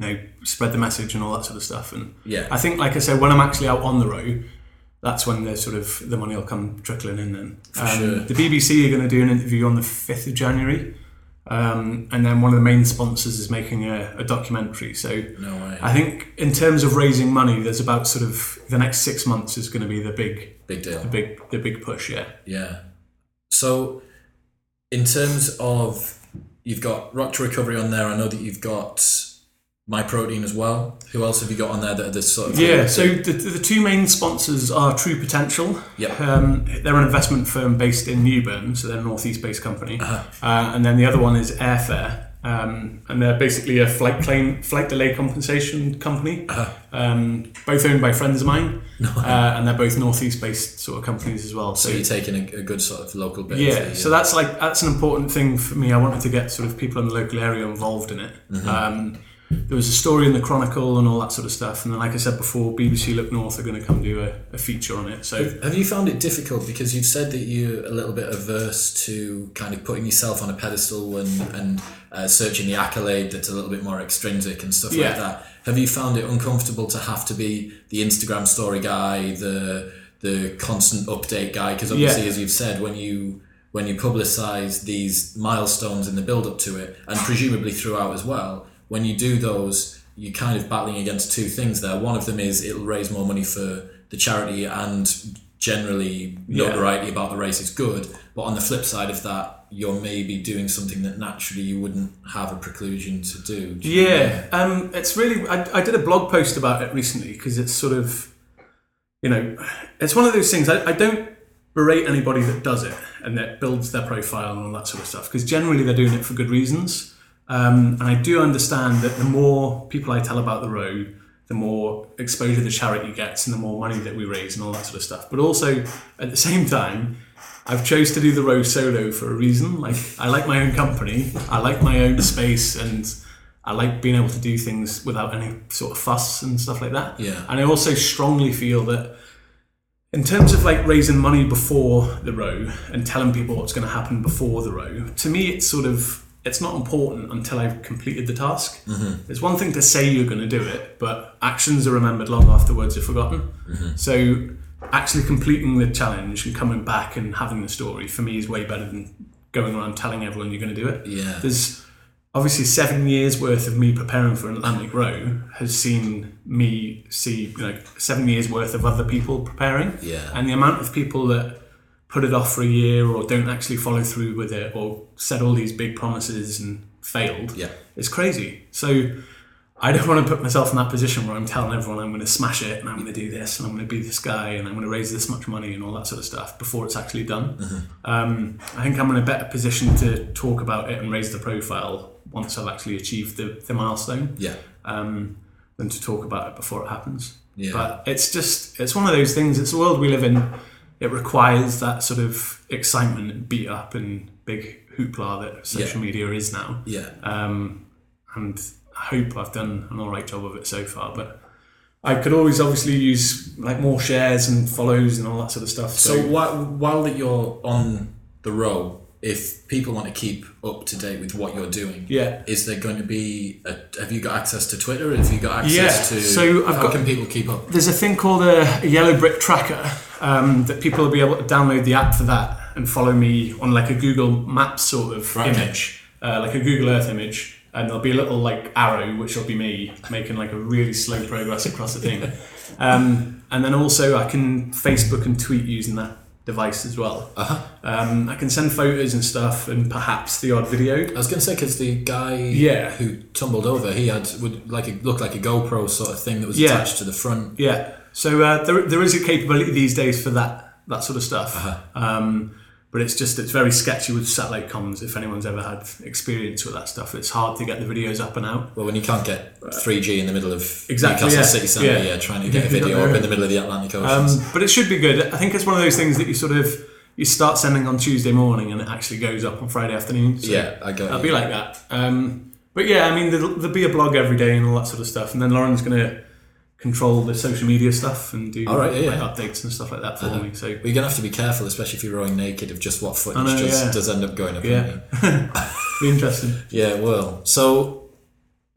S2: you know spread the message and all that sort of stuff. And
S1: Yeah.
S2: I think, like I said, when I'm actually out on the road, that's when the sort of the money will come trickling in. Then Um,
S1: sure.
S2: the BBC are going to do an interview on the fifth of January, um, and then one of the main sponsors is making a, a documentary. So
S1: No way.
S2: I think in terms of raising money, there's about sort of the next six months is going to be the big
S1: Big deal.
S2: the big the big push. Yeah.
S1: Yeah. So, in terms of you've got Rock to Recovery on there. I know that you've got My Protein as well. Who else have you got on there that are this sort of
S2: Yeah, so the, the two main sponsors are True Potential.
S1: Yep.
S2: Um, they're an investment firm based in Newburn, so they're a northeast based company.
S1: Uh-huh.
S2: uh and then the other one is Airfare. Um, and they're basically a flight claim, flight delay compensation company,
S1: Uh-huh.
S2: um, both owned by friends of mine, uh, and they're both northeast based sort of companies as well.
S1: So you're taking a, a good sort of local bit.
S2: Yeah,
S1: of the-
S2: so that's like that's an important thing for me. I wanted to get sort of people in the local area involved in it. Um, there was a story in the Chronicle and all that sort of stuff, and then like I said before, BBC Look North are going to come do a, a feature on it. So
S1: Have you found it difficult because you've said that you're a little bit averse to kind of putting yourself on a pedestal and and uh, searching the accolade that's a little bit more extrinsic and stuff
S2: Yeah.
S1: like that? Have you found it uncomfortable to have to be the Instagram story guy, the the constant update guy? Because obviously,
S2: Yeah.
S1: as you've said, when you when you publicise these milestones in the build up to it, and presumably throughout as well, when you do those, you're kind of battling against two things there. One of them is it'll raise more money for the charity and generally notoriety about the race is good. But on the flip side of that, you're maybe doing something that naturally you wouldn't have a preclusion to do. Do you-
S2: yeah, um, it's really. I, I did a blog post about it recently because it's sort of, you know, it's one of those things. I, I don't berate anybody that does it and that builds their profile and all that sort of stuff because generally they're doing it for good reasons. Um, and I do understand that the more people I tell about the road, the more exposure the charity gets and the more money that we raise and all that sort of stuff. But also at the same time, I've chose to do the row solo for a reason. Like I like my own company, I like my own space, and I like being able to do things without any sort of fuss and stuff like that.
S1: Yeah.
S2: And I also strongly feel that in terms of like raising money before the row and telling people what's going to happen before the row, to me it's sort of it's not important until I've completed the task. It's one thing to say you're going to do it, but actions are remembered long after words are forgotten. So actually completing the challenge and coming back and having the story for me is way better than going around telling everyone you're going to do it.
S1: Yeah.
S2: There's obviously seven years worth of me preparing for Atlantic Row has seen me see you know seven years worth of other people preparing.
S1: Yeah.
S2: And the amount of people that put it off for a year or don't actually follow through with it or said all these big promises and failed
S1: Yeah.
S2: it's crazy. So I don't want to put myself in that position where I'm telling everyone I'm going to smash it and I'm going to do this and I'm going to be this guy and I'm going to raise this much money and all that sort of stuff before it's actually done. Um, I think I'm in a better position to talk about it and raise the profile once I've actually achieved the, the milestone
S1: Yeah.
S2: um, than to talk about it before it happens.
S1: Yeah.
S2: But it's just, it's one of those things, it's the world we live in. It requires that sort of excitement and beat up and big hoopla that social media is now.
S1: Yeah.
S2: Um, and I hope I've done an all right job of it so far. But I could always obviously use like more shares and follows and all that sort of stuff.
S1: So while, while that you're on the roll, if people want to keep up to date with what you're doing,
S2: Yeah.
S1: is there going to be? A, have you got access to Twitter? Have you got access
S2: Yeah,
S1: to?
S2: so I've
S1: how
S2: got-
S1: can people keep up?
S2: there's a thing called a, a yellow brick tracker um, that people will be able to download the app for that and follow me on like a Google Maps sort of
S1: Right, okay.
S2: image, uh, like a Google Earth image. And there'll be a little like arrow, which will be me making like a really slow progress across the thing. Um, and then also I can Facebook and tweet using that device as well.
S1: Uh-huh.
S2: Um, I can send photos and stuff and perhaps the odd video.
S1: I was going to say because the guy
S2: Yeah.
S1: who tumbled over, he had would like a, looked like a GoPro sort of thing that was
S2: Yeah.
S1: attached to the front.
S2: Yeah. So uh, there, there is a capability these days for that that sort of stuff.
S1: Uh-huh.
S2: Um, but it's just it's very sketchy with satellite comms. If anyone's ever had experience with that stuff, it's hard to get the videos up and out.
S1: Well, when you can't get 3G in the middle of
S2: Exactly,
S1: Newcastle
S2: yeah.
S1: city centre,
S2: Yeah.
S1: yeah. trying to get a
S2: You've got
S1: video up
S2: the-
S1: in the middle of the Atlantic Ocean.
S2: Um, but it should be good. I think it's one of those things that you sort of you start sending on Tuesday morning and it actually goes up on Friday afternoon. So
S1: yeah, I got
S2: I'll
S1: you.
S2: be like that. Um, but yeah, I mean, there'll, there'll be a blog every day and all that sort of stuff. And then Lauren's going to control the social media stuff and do
S1: All right, yeah, Uh-huh.
S2: like,
S1: yeah.
S2: updates and stuff like that for me. So
S1: But you're gonna have to be careful, especially if you're rowing naked, of just what footage
S2: know,
S1: does,
S2: yeah.
S1: does end up going up.
S2: Yeah.
S1: aren't you?
S2: be interesting.
S1: Yeah, well, so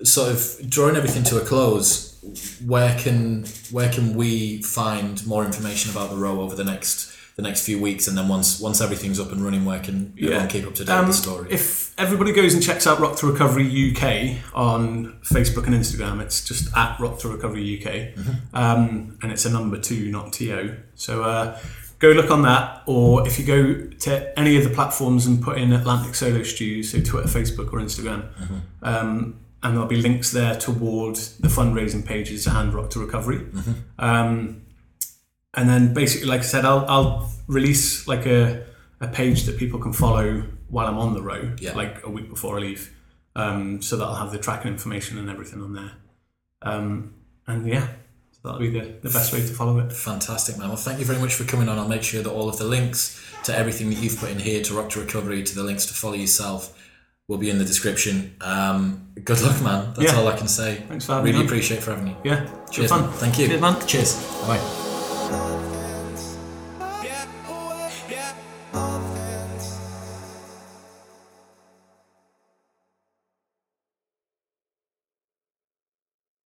S1: sort of drawing everything to a close, where can where can we find more information about the row over the next the next few weeks, and then once once everything's up and running, where can everyone keep up to date
S2: Um,
S1: with the story?
S2: If everybody goes and checks out Rock to Recovery UK on Facebook and Instagram, it's just at Rock to Recovery UK,
S1: Mm-hmm.
S2: um, and it's a number two, not to. So uh, go look on that, or if you go to any of the platforms and put in Atlantic Solo Stew, so Twitter, Facebook, or Instagram.
S1: Mm-hmm.
S2: Um, and there'll be links there toward the fundraising pages and Rock to Recovery.
S1: Mm-hmm.
S2: Um, and then basically, like I said, I'll, I'll release like a, a page that people can follow while I'm on the road,
S1: Yeah.
S2: like a week before I leave, um, so that I'll have the tracking information and everything on there. Um, and yeah, so that'll be the, the best way to follow it.
S1: Fantastic, man. Well, thank you very much for coming on. I'll make sure that all of the links to everything that you've put in here, to Rock to Recovery, to the links to Follow Yourself, will be in the description. Um, good luck, man. That's
S2: Yeah.
S1: all I can say.
S2: Thanks for having
S1: Really
S2: me on.
S1: appreciate for having you.
S2: Yeah,
S1: Cheers,
S2: fun.
S1: man. Thank you.
S2: Cheers, man.
S1: Cheers. Bye.